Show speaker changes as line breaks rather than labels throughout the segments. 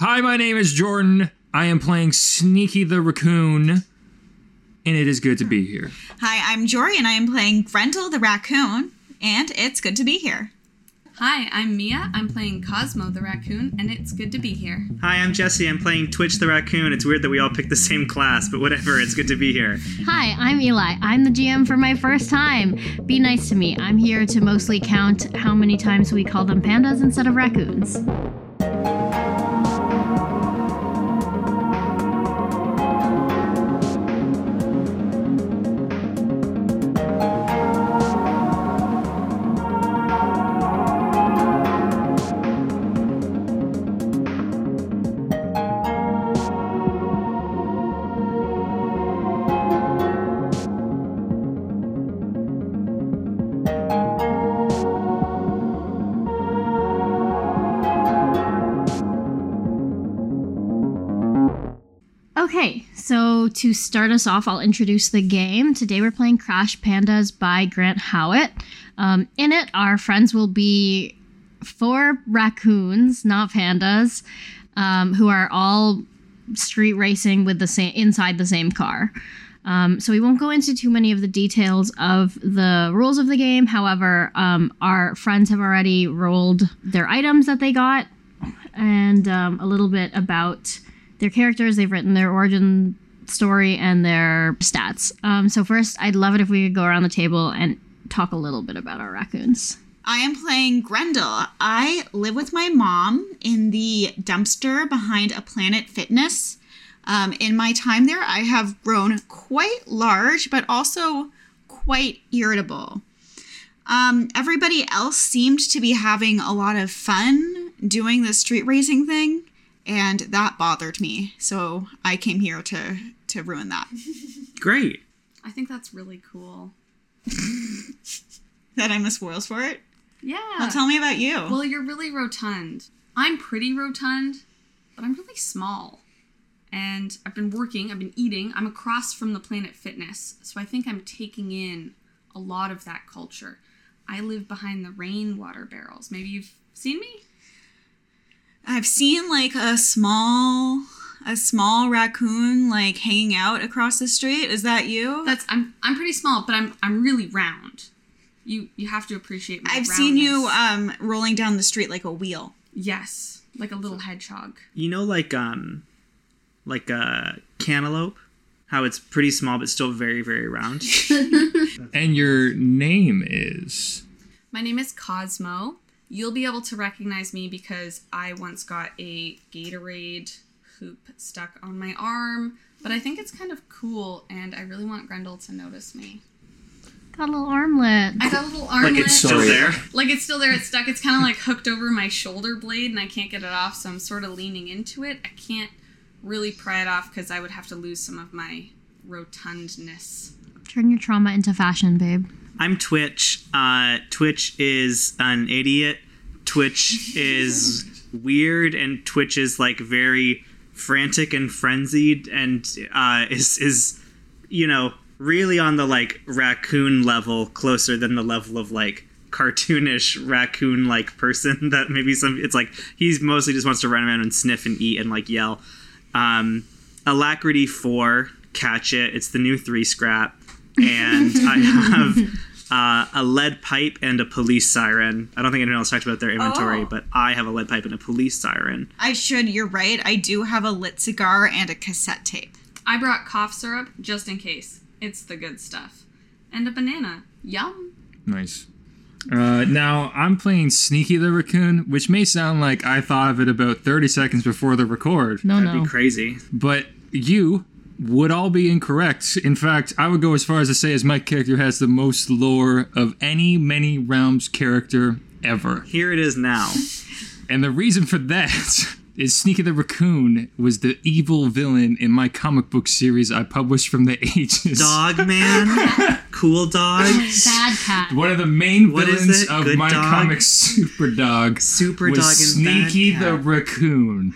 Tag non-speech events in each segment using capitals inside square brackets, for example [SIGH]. Hi, my name is Jordan. I am playing Sneaky the Raccoon, and it is good to be here.
Hi, I'm Jory, and I am playing Grendel the raccoon, and it's good to be here.
Hi, I'm Mia. I'm playing Cosmo the raccoon, and it's good to be here.
Hi, I'm Jesse. I'm playing Twitch the Raccoon. It's weird that we all picked the same class, but whatever. It's good to be here.
Hi, I'm Eli. I'm the GM for my first time. Be nice to me. I'm here to mostly count how many times we call them pandas instead of raccoons. Okay, so to start us off, I'll introduce the game. Today we're playing Crash Pandas by Grant Howitt. Um, in it, our friends will be four raccoons, not pandas, um, who are all street racing with the same inside the same car. Um, so we won't go into too many of the details of the rules of the game. However, um, our friends have already rolled their items that they got and um, a little bit about their characters. They've written their origin story and their stats. Um, so first, I'd love it if we could go around the table and talk a little bit about our raccoons.
I am playing Grendel. I live with my mom in the dumpster behind a Planet Fitness. Um, in my time there, I have grown quite large, but also quite irritable. Um, everybody else seemed to be having a lot of fun doing the street racing thing, and that bothered me. So I came here to to ruin that. [LAUGHS]
Great.
I think that's really cool.
That I'm the spoils for it.
Yeah.
Well, tell me about you.
Well, you're really rotund. I'm pretty rotund, but I'm really small. And I've been working, I've been eating. I'm across from the Planet Fitness, so I think I'm taking in a lot of that culture. I live behind the rainwater barrels. Maybe you've seen me?
I've seen like a small a small raccoon like hanging out across the street. Is that you?
That's I'm I'm pretty small, but I'm I'm really round. You you have to appreciate my
I've seen you uh,
roundness.
um rolling down the street like a wheel.
Yes, like a little hedgehog.
You know, like um, like a cantaloupe, how it's pretty small but still very, very round.
And your name is.
My name is Cosmo. You'll be able to recognize me because I once got a Gatorade hoop stuck on my arm, but I think it's kind of cool and I really want Grendel to notice me.
Got a little armlet.
I got a little
like
armlet.
it's still there.
like it's still there, it's stuck. It's kind of like hooked over my shoulder blade and I can't get it off, so I'm sort of leaning into it. I can't really pry it off because I would have to lose some of my rotundness.
Turn your trauma into fashion, babe.
I'm Twitch. Uh, Twitch is an idiot. Twitch is weird, and Twitch is like very frantic and frenzied, and uh, is is you know really on the like raccoon level, closer than the level of like cartoonish raccoon like person [LAUGHS] that maybe some. It's like he's mostly just wants to run around and sniff and eat and like yell. Um, Alacrity four, catch it. It's the new three scrap, and I have uh, a lead pipe and a police siren. I don't think anyone else talked about their inventory,
Oh.
but I have a lead pipe and a police siren.
I should, you're right. I do have a lit cigar and a cassette tape.
I brought cough syrup just in case. It's the good stuff. And a banana. Yum.
Nice. Uh, now, I'm playing Sneaky the Raccoon, which may sound like I thought of it about 30 seconds before the record,
No,
That'd
no.
be crazy.
but you would all be incorrect. In fact, I would go as far as to say as my character has the most lore of any many realms character ever.
Here it is now.
And the reason for that [LAUGHS] is Sneaky the Raccoon was the evil villain in my comic book series I published from the [LAUGHS] ages.
Dog man, cool dog,
Bad cat.
One of the main
[LAUGHS] What is
villains
it?
of
Good
my
dog?
comic [LAUGHS] Super Dog
super
was
dog, and
Sneaky
bad
the
cat.
Raccoon.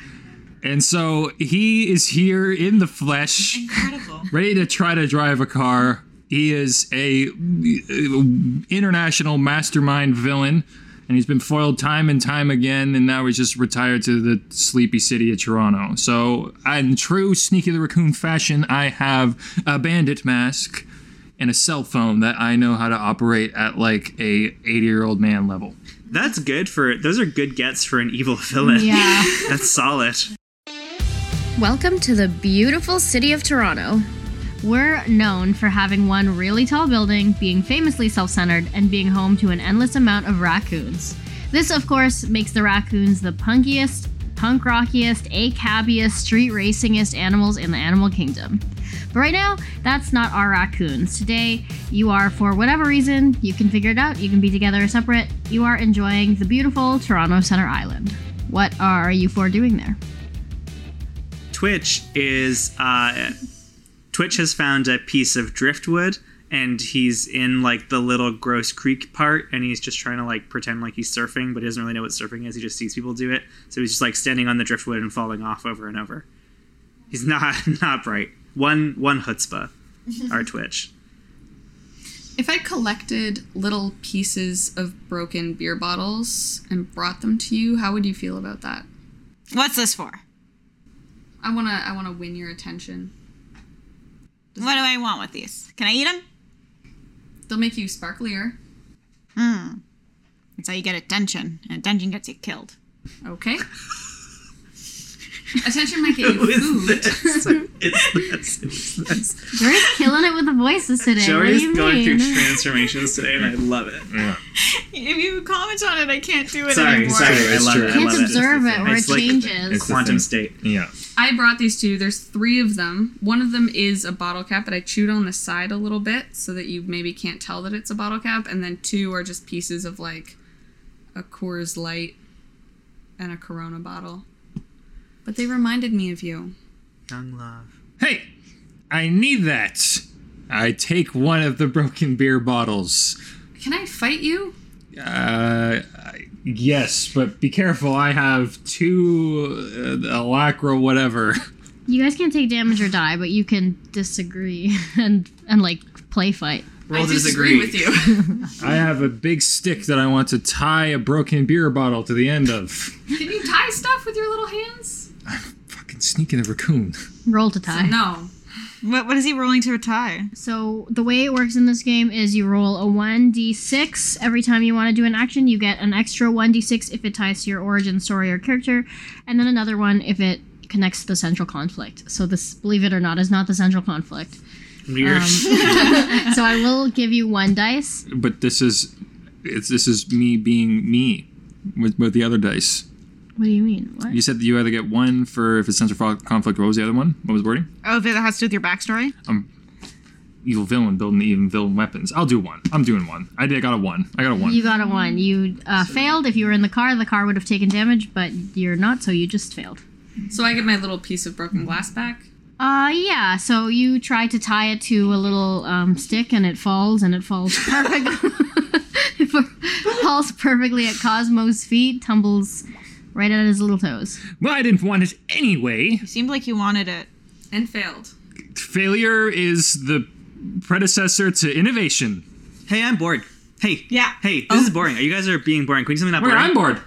And so he is here in the flesh,
Incredible.
ready to try to drive a car. He is a uh, international mastermind villain and he's been foiled time and time again, and now he's just retired to the sleepy city of Toronto. So, in true Sneaky the Raccoon fashion, I have a bandit mask and a cell phone that I know how to operate at like a 80 year old man level.
That's good for those are good gets for an evil villain.
Yeah.
[LAUGHS] That's solid.
Welcome to the beautiful city of Toronto. We're known for having one really tall building, being famously self centered, and being home to an endless amount of raccoons. This, of course, makes the raccoons the punkiest, punk rockiest, acabiest, street racingest animals in the animal kingdom. But right now, that's not our raccoons. Today, you are, for whatever reason, you can figure it out, you can be together or separate, you are enjoying the beautiful Toronto Center Island. What are you for doing there?
Twitch is uh, Twitch has found a piece of driftwood and he's in like the little gross creek part and he's just trying to like pretend like he's surfing but he doesn't really know what surfing is he just sees people do it so he's just like standing on the driftwood and falling off over and over he's [LAUGHS] not not bright one one chutzpah our twitch
If I collected little pieces of broken beer bottles and brought them to you, how would you feel about that?
What's this for?
I wanna I wanna win your attention.
What do I want with these? Can I eat them?
They'll make you sparklier.
Hmm. That's how you get attention, and attention gets you killed.
Okay. attention might get you
[LAUGHS] Who
food.
is this? It's this. It's this.
Jory's killing it with the voices today. what do you
Joey's going
mean?
through transformations today, and I love it.
If you comment on it, I can't do it
Sorry,
anymore.
sorry, I
It's
love
true.
it. I
Can't
love it.
observe it, or it
It's like-
changes.
Quantum state.
Yeah.
I brought these to you. There's three of them. One of them is a bottle cap that I chewed on the side a little bit so that you maybe can't tell that it's a bottle cap. And then two are just pieces of like a Coors Light and a Corona bottle. But they reminded me of you.
Young love.
Hey, I need that. I take one of the broken beer bottles.
Can I fight you?
Uh, I- yes, but be careful. I have two uh, Alacra, whatever.
You guys can take damage or die, but you can disagree [LAUGHS] and and like play fight.
Roll
I disagree with you.
I have a big stick that I want to tie a broken beer bottle to the end of.
Can you tie stuff with your little hands?
Fucking sneaking a raccoon.
Roll to tie.
No.
What, what is he rolling to retire?
So the way it works in this game is you roll a 1d6 every time you want to do an action. You get an extra 1d6 if it ties to your origin story or character, and then another one if it connects to the central conflict. So this, believe it or not, is not the central conflict.
Weird.
um,
[LAUGHS]
so I will give you one dice.
But this is, it's this is me being me, with, with the other dice.
What do you mean? What?
You said that you either get one for if it's central fo- conflict. What was the other one? What was the wording? Um,
Oh, if it has to do with your backstory?
Evil villain building the even villain weapons. I'll do one. I'm doing one. I did. I got a one. I got a one.
You got a one. You uh, failed. If you were in the car, the car would have taken damage, but you're not, so you just failed.
So I get my little piece of broken glass back.
Uh, yeah. So you try to tie it to a little um, stick, and it falls, and it falls perfectly. [LAUGHS] it falls perfectly at Cosmo's feet, tumbles right at his little toes.
Well, I didn't want it anyway.
You seemed like you wanted it.
And failed.
Failure is the predecessor to innovation.
Hey, I'm bored. Hey.
Yeah.
Hey,
Oh.
this is boring. You guys are being boring. Can we do something not
Wait,
boring?
I'm bored.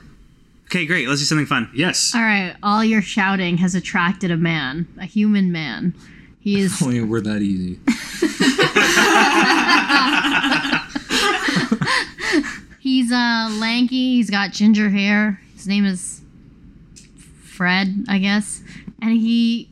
Okay, great. Let's do something fun.
Yes.
All right. All your shouting has attracted a man, a human man. He
[LAUGHS]
is
Only Oh, we're that easy.
[LAUGHS] He's uh lanky. He's got ginger hair. His name is Fred, I guess. And he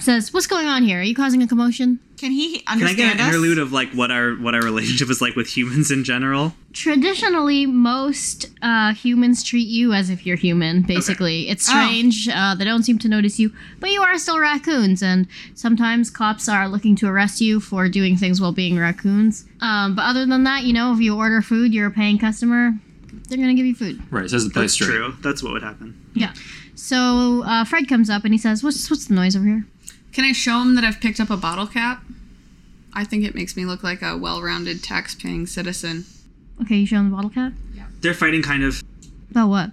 says, "What's going on here? Are you causing a commotion?"
Can he
Can I get
understand
an
us?
interlude of like what our what our relationship is like with humans in general?
Traditionally, most uh, humans treat you as if you're human. Basically, it's
Oh.
strange. Uh, they don't seem to notice you, but you are still raccoons. And sometimes cops are looking to arrest you for doing things while being raccoons. Um, but other than that, you know, if you order food, you're a paying customer. They're gonna give you food.
Right, says the
That's
place straight.
true. That's what would happen.
Yeah. So uh, Fred comes up and he says, "What's what's the noise over here?"
Can I show him that I've picked up a bottle cap? I think it makes me look like a well rounded tax paying citizen.
Okay, you show him the bottle cap.
They're fighting kind of
About what?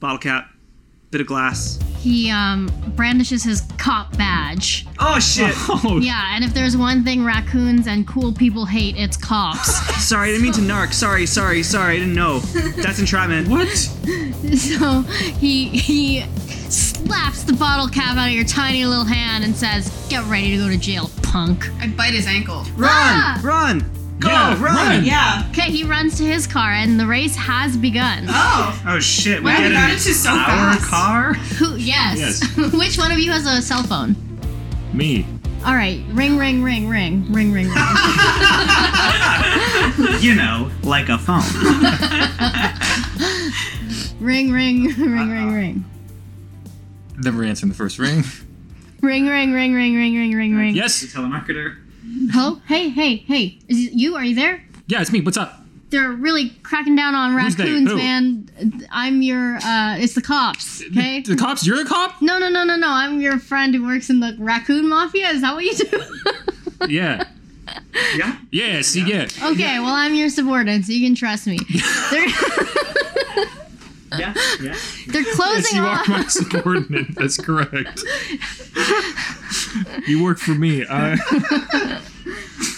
bottle cap. bit of glass.
He um, brandishes his cop badge.
Oh
[LAUGHS]
shit!
Oh,
Yeah, and if there's one thing raccoons and cool people hate, it's cops.
Sorry, I didn't mean to narc. Sorry, sorry, sorry. I didn't
[LAUGHS]
know. That's entrapment.
what?
so he he slaps the bottle cap out of your tiny little hand and says, "Get ready to go to jail, punk."
I bite his ankle.
Run!
Ah!
Run! Go!
Yeah,
run!
Yeah.
Okay, he runs to his car, and the race has begun.
Ah.
Oh.
Oh shit! We
Wow,
get
we
in
got into so
our
fast.
car.
Who? Yes.
Yes.
[LAUGHS] Which one of you has a cell phone?
Me.
All right, ring, ring, ring, ring,
[LAUGHS]
ring, ring, ring.
[LAUGHS] You know, like a phone.
Ring, ring, [LAUGHS] ring,
Uh-uh.
ring, ring.
Never answering the first ring.
Ring, ring, ring, ring, ring, ring, ring, ring.
The
yes.
telemarketer.
Hello? Hey, hey, hey. Is it you? Are you there?
Yeah, it's me. What's up?
They're really cracking down on
Who's they?
raccoons,
Who?
man. I'm your, uh, it's the cops, okay?
The cops? You're the
[LAUGHS]
cop?
No, no, no, no, no. I'm your friend who works in the raccoon mafia. Is that what
[LAUGHS]
you do?
Yeah.
Yeah.
Yeah, see, yeah.
okay, well, I'm your subordinate, so you can
[LAUGHS]
trust me. They're,
Yeah. Yeah.
they're
Yes,
closing
you are [LAUGHS]
off.
my subordinate. That's correct. you work for me. [LAUGHS] Uh,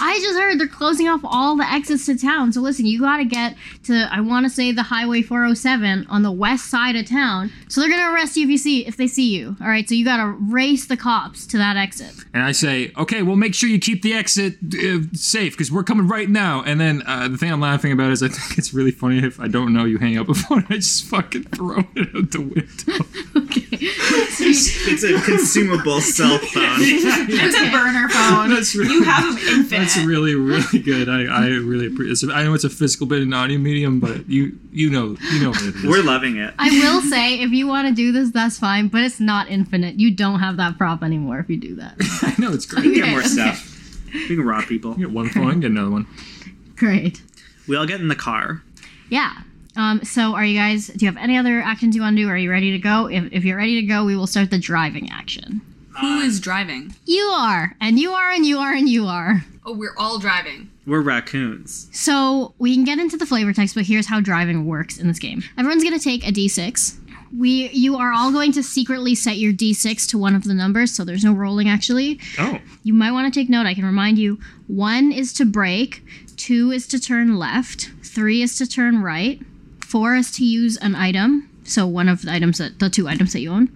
I just heard they're closing off all the exits to town. So listen, you got to get to I want to say the Highway 407 on the west side of town. So they're gonna arrest you if you see if they see you. All right, so you got to race the cops to
[LAUGHS]
that exit.
and I say, okay, well, make sure you keep the exit uh, safe because we're coming right now. And then uh, the thing I'm laughing about is I think it's really funny if I don't know you hang up a phone, I just fucking throw it out the window. [LAUGHS]
Okay.
It's a consumable [LAUGHS] cell phone.
It's a burner phone.
That's really,
You have them infinite.
That's really, really good. I, I really appreciate. I know it's a physical bit and audio medium, but you, you know, you know what it is.
We're loving it.
I will say if you want to do this, that's fine, but it's not infinite. You don't have that prop anymore if you do
[LAUGHS]
that.
I know it's great.
We
[LAUGHS]
can get more
Okay,
stuff. We can rob people.
Get one phone, I can get another one.
Great.
We all get in the car.
Yeah. Um, so are you guys do you have any other actions you want to do? Are you ready to go? If, if you're ready to go, we will start the driving action.
Who is driving?
You are, and you are, and you are, and you are.
Oh, we're all driving.
We're raccoons.
So we can get into the flavor text, but here's how driving works in this game. Everyone's gonna take a d6. We you are all going to secretly set your d6 to one of the numbers, so there's no rolling actually.
Oh,
You might want to take note. I can remind you: one is to break, two is to turn left, three is to turn right, four is to use an item, so one of the items that the two items that you own.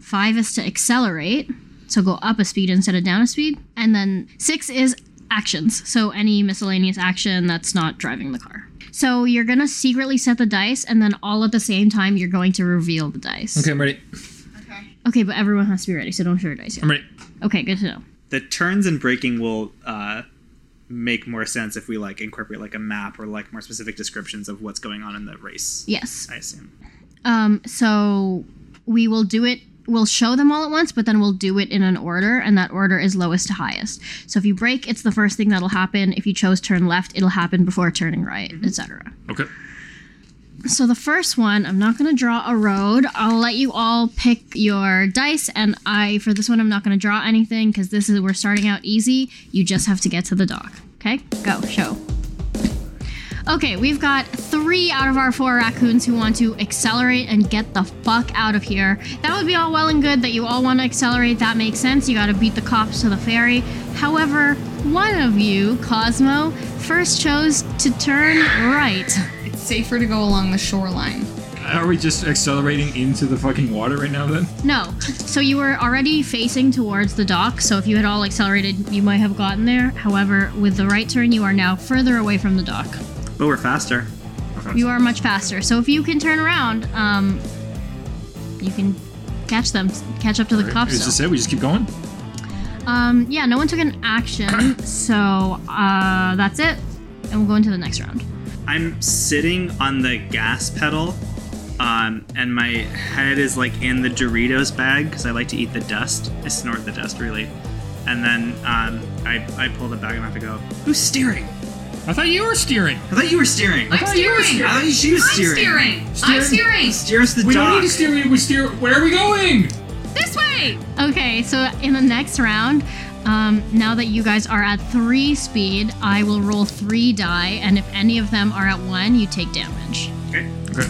Five is to accelerate, so go up a speed instead of down a speed, and then six is actions, so any miscellaneous action that's not driving the car. So you're gonna secretly set the dice, and then all at the same time you're going to reveal the dice.
okay, I'm ready.
Okay, but everyone has to be ready, so don't show your dice yet.
I'm ready.
Okay, good to know.
The turns and braking will uh, make more sense if we like incorporate like a map or like more specific descriptions of what's going on in the race.
Yes.
I assume.
Um, so we will do it. We'll show them all at once, but then we'll do it in an order, and that order is lowest to highest. So if you break, it's the first thing that'll happen. If you chose turn left, it'll happen before turning right, etc.
Okay.
So the first one, I'm not going to draw a road. I'll let you all pick your dice, and I for this one, I'm not going to draw anything because this is we're starting out easy. You just have to get to the dock. Okay, go show. Okay, we've got three out of our four raccoons who want to accelerate and get the fuck out of here. That would be all well and good that you all want to accelerate. That makes sense. You got to beat the cops to the ferry. However, one of you, Cosmo, first chose to turn right.
It's safer to go along the shoreline.
Are we just accelerating into the fucking water right now then?
No. So you were already facing towards the dock, so if you had all accelerated, you might have gotten there. However, with the right turn, you are now further away from the dock.
But we're faster.
You are much faster. So if you can turn around, um, you can catch them, catch up to the cops.
Is this it? We just keep going?
Um, yeah, no one took an action, so uh, that's it. And we'll go into the next round.
I'm sitting on the gas pedal, um, and my head is like in the Doritos bag because I like to eat the dust. I snort the dust really, and then um, I I pull the bag and I have to go. Who's steering?
I thought you were steering.
I thought you were steering. I
I'm steering.
thought she was
I'm
steering.
steering. I'm steering.
Steer us to the
We
dock.
don't need to steer. We, we steer. Where are we going?
This way.
Okay, so in the next round, um, now that you guys are at three speed, I will roll three die, and if any of
[LAUGHS]
them are at one, you take damage.
Okay.
Okay.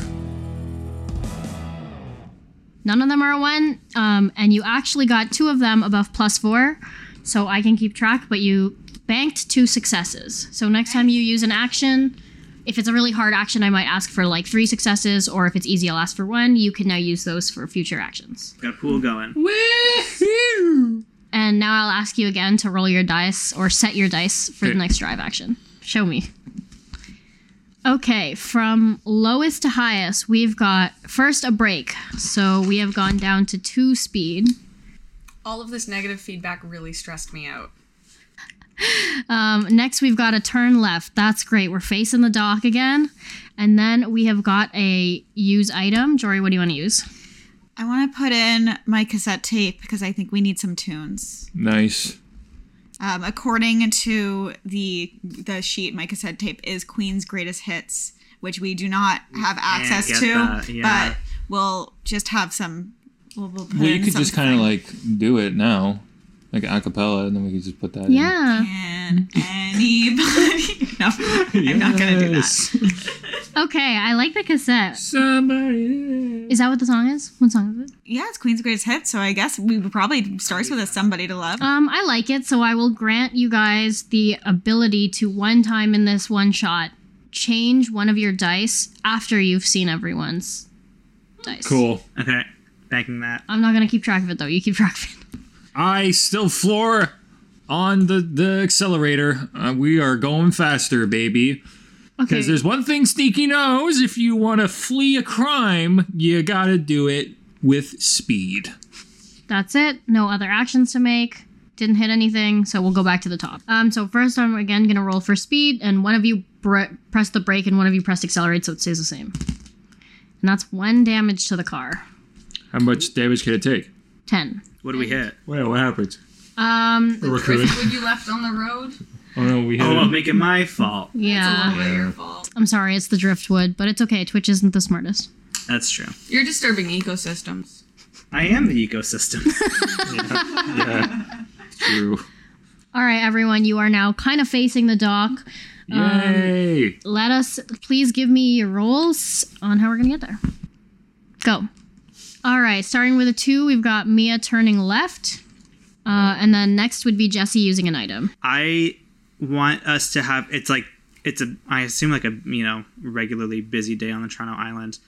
None of them are a one, um, and you actually got two of them above plus four, so I can keep track. But you banked two successes. So next time you use an action, if it's a really hard action, I might ask for like three successes, or if it's easy, I'll ask for one. You can now use those for future actions.
Got a pool going.
And now I'll ask you again to roll your dice or set your dice for the
Okay.
next drive action. Show me. Okay, from lowest to highest, we've got first a break. So we have gone down to two speed.
All of this negative feedback really stressed me out.
Um, next, we've got a turn left. That's great. We're facing the dock again. And then we have got a use item. Jory, what do you want to use?
[LAUGHS] I want to put in my cassette tape because I think we need some tunes.
Nice.
Um, according to the the sheet, my cassette tape is Queen's greatest hits, which we do not have access
get
to,
that, yeah.
but we'll just have some. We'll, we'll put
Well,
in
you could just kind
something.
of like do it now, like a cappella, and then we could just put that in.
Yeah.
Can anybody? [LAUGHS] no, I'm not gonna do that.
Okay, I like the cassette.
Somebody.
Is that what the song is? What song is it?
Yeah, it's Queen's greatest hits, so I guess we would probably starts with a somebody to love.
Um, I like it, so I will grant you guys the ability to one time in this one shot change one of your dice after you've seen everyone's dice.
Cool.
Okay, banking that.
I'm not gonna keep track of it though. You keep track of it. [LAUGHS]
I still floor on the the accelerator. Uh, we are going faster, baby.
Okay.
Because there's one thing Sneaky knows: if you want to flee a crime, you gotta do it with speed.
That's it. No other actions to make. Didn't hit anything, so we'll go back to the top. Um, so first I'm again gonna roll for speed, and one of you br- press the brake and one of you pressed accelerate, so it stays the same. And that's one damage to the car.
How much damage can it take?
Ten.
What do we hit?
Wait, what happens?
Um,
We're recruited.
Trifid you left on the road?
Oh no, we hit
Oh, I'll
it.
make it my fault.
yeah.
It's a little bit your fault.
I'm sorry, it's the driftwood, but it's okay. Twitch isn't the smartest.
That's true.
You're disturbing ecosystems.
I am the ecosystem. [LAUGHS]
True. [LAUGHS]
All right, everyone, you are now kind of facing the dock.
Yay!
Let us please give me your rolls on how we're going to get there. Go. All right, starting with a two, we've got Mia turning left. Uh, and then next would be Jesse using an item.
I want us to have it's like it's a I assume like a you know regularly busy day on the Toronto Island.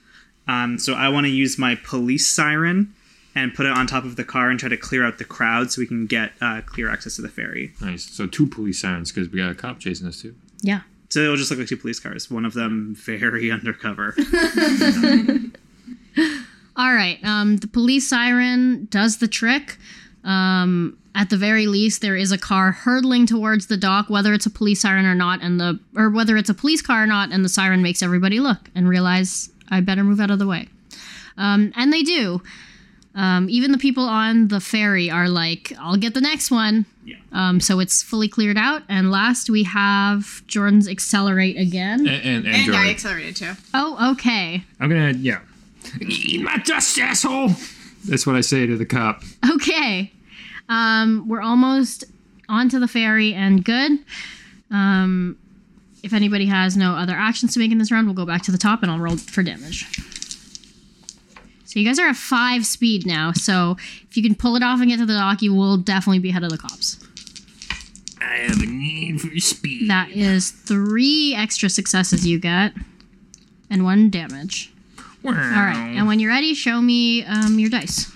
Um, so I want to use my police siren and put it on top of the car and try to clear out the crowd so we can get uh, clear access to the ferry.
Nice. So two police sirens because we got a cop chasing us too.
Yeah.
So it'll just look like two police cars. One of them very [LAUGHS] undercover.
All right. Um, the police siren does the trick. Um, at the very least, there is a car hurtling towards the dock, whether it's a police siren or not, and the or whether it's a police car or not, and the siren makes everybody look and realize I better move out of the way. Um, and they do. Um, even the people on the ferry are like, "I'll get the next one."
Yeah.
Um, so it's fully cleared out. And last, we have Jordan's accelerate again.
And and, and,
And I
Jory.
accelerated too.
Oh, okay,
I'm gonna yeah. Eat my dust, asshole. That's what I say to the cop.
Okay. Um, we're almost onto the ferry and good. Um, if anybody has no other actions to make in this round, we'll go back to the top and I'll roll for damage. So you guys are at five speed now. So if you can pull it off and get to the dock, you will definitely be ahead of the cops.
I have a need for speed.
That is three extra successes you get and one damage.
All
All right, and when you're ready, show me um, your dice.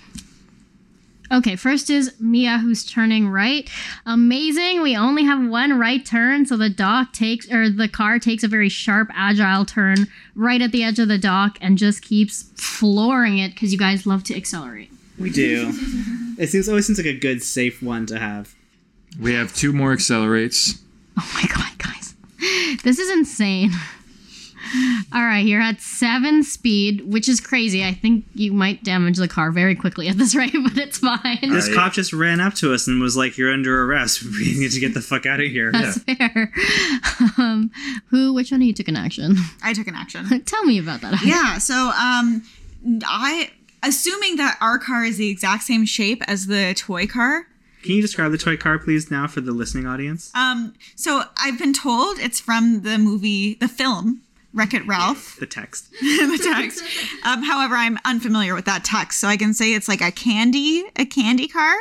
Okay, first is Mia, who's turning right. Amazing. We only have one right turn, so the dock takes or the car takes a very sharp, agile turn right at the edge of the dock and just keeps flooring it because you guys love to accelerate. [LAUGHS]
we do. [LAUGHS] It seems always seems like a good safe one to have.
We have two more accelerates.
Oh my god, guys. This is insane. All right, you're at seven speed, which is crazy. I think you might damage the car very quickly at this [LAUGHS] rate, but it's fine.
This cop just ran up to us and was like, "You're under arrest. [LAUGHS] We need to get the fuck out of here."
That's fair. [LAUGHS] Um, who? Which one of you took an action? [LAUGHS]
I took an action.
Tell me about that.
yeah so um i assuming that our car is the exact same shape as the toy car
Can you describe the toy car, please, now for the listening audience?
um so i've been told it's from the movie the film Wreck It Ralph, [LAUGHS]
the text.
the text. Um, however, I'm unfamiliar with that text, so I can say it's like a candy, a candy car.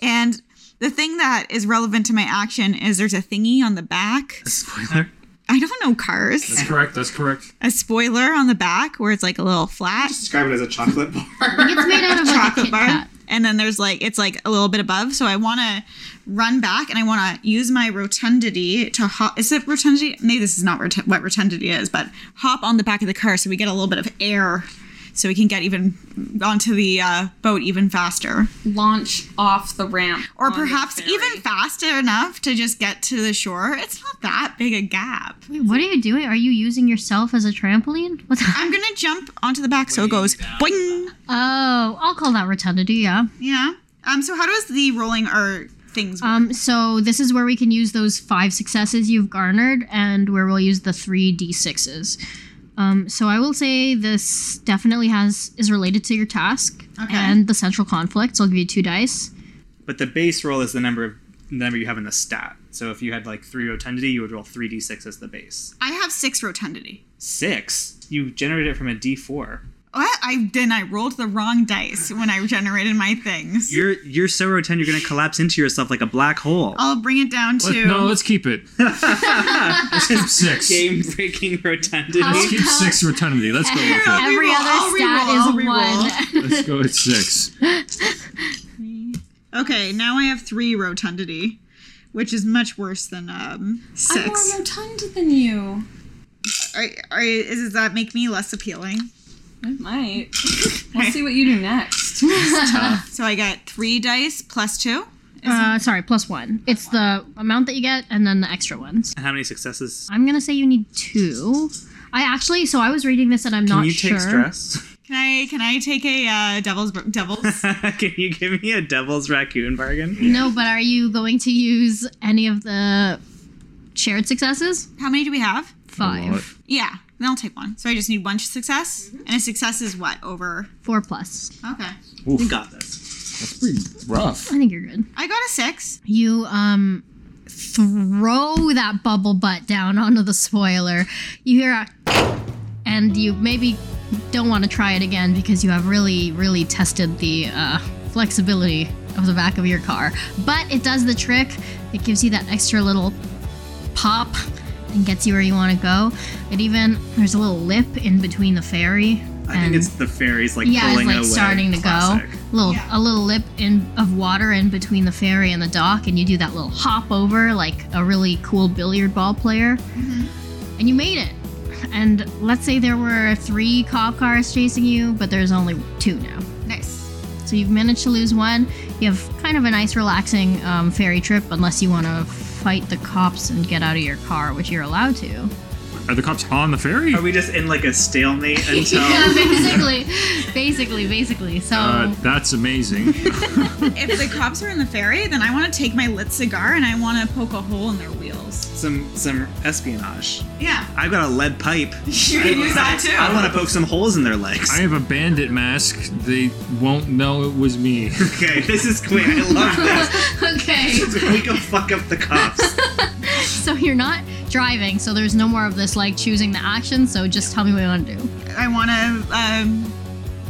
And the thing that is relevant to my action is there's a thingy on the back.
Spoiler.
I don't know cars.
That's correct. That's correct.
A spoiler on the back where it's like a little flat
Describe it as a chocolate bar.
I think it's made out of like a
chocolate
Kit
bar.
Kat.
And then there's like it's like a little bit above. So I want to run back and I want to use my rotundity to hop. Is it rotundity? Maybe this is not rot- what rotundity is, but hop on the back of the car so we get a little bit of air, so we can get even onto the uh, boat even faster,
Launch off the ramp.
or
on the
perhaps
ferry.
even faster enough to just get to the shore. It's not that big a gap.
Wait, what are you doing? Are you using yourself as a trampoline? What's
I'm gonna jump onto the back so it goes boing.
[LAUGHS] Oh, I'll call that rotundity, yeah.
Yeah. Um. So how does the rolling or things work?
Um, so this is where we can use those five successes you've garnered and where we'll use the three d6s. Um, so I will say this definitely has is related to your task
Okay.
and the central conflict. So I'll give you two dice.
[LAUGHS] But the base roll is the number of the number you have in the stat. So if you had like three rotundity, you would roll three d six as the base.
I have six rotundity.
Six. You generate it from a d four.
What? I then I rolled the wrong dice when I generated my things.
You're you're so rotund you're gonna collapse into yourself like a black hole.
Oh.
I'll bring it down to.
Let- no, let's keep it. let's keep six.
Game breaking rotundity.
Let's keep six rotundity. Let's go with
Every
reroll,
other
I'll
stat
reroll, I'll
is
reroll.
one.
it. Let's go with six.
okay, now I have three rotundity, which is much worse than um
I'm more
six.
rotund than you.
Are, are, is, does that make me less appealing?
It might. we'll see what you do next.
So I got three dice plus two.
Uh, sorry, plus one. It's the amount that you get and then the extra ones.
And how many successes?
I'm gonna say you need two. I actually, so I was reading this and I'm
Can
not
you
sure.
take stress? [LAUGHS]
Can I can I take a uh, devil's
[LAUGHS]
devil's?
Can you give me a devil's raccoon bargain?
No, but are you going to use any of the shared successes?
How many do we have?
What?
Five,
Yeah, then I'll take one. So I just need one success,
Mm-hmm.
and a success is what over?
four plus.
Okay,
You got this.
That's pretty rough.
I think you're good.
I got a six.
You um throw that bubble butt down onto the spoiler. You hear a and you maybe don't want to try it again because you have really, really tested the uh, flexibility of the back of your car. But it does the trick. It gives you that extra little pop and gets you where you want to go. It even there's a little lip in between the ferry.
I think
and-
it's the fairies like
yeah,
pulling
it's
it
like
away.
starting to
Classic.
go. Little a little lip in of water in between the ferry and the dock, and you do that little hop over like a really cool billiard ball player, and you made it. And let's say there were three cop cars chasing you, but there's only two now.
Nice.
So you've managed to lose one. You have kind of a nice, relaxing um, ferry trip, unless you want to fight the cops and get out of your car, which you're allowed to.
Are the cops on the ferry?
Are we just in like a
[LAUGHS]
stalemate until
yeah, [LAUGHS] basically, basically, basically. So.
Uh, that's amazing.
if the cops are in the ferry, then I want to take my lit cigar and I want to poke a hole in their wheels.
some some espionage?
Yeah,
I've got a lead pipe.
you can use that too.
I want to poke some holes in their legs.
I have a bandit mask. They won't know it was me. [LAUGHS]
okay, this is great. I love this.
okay.
we go fuck up the cops.
[LAUGHS] So you're not driving, so there's no more of this like choosing the action. So just tell me what you want to do.
I want to um,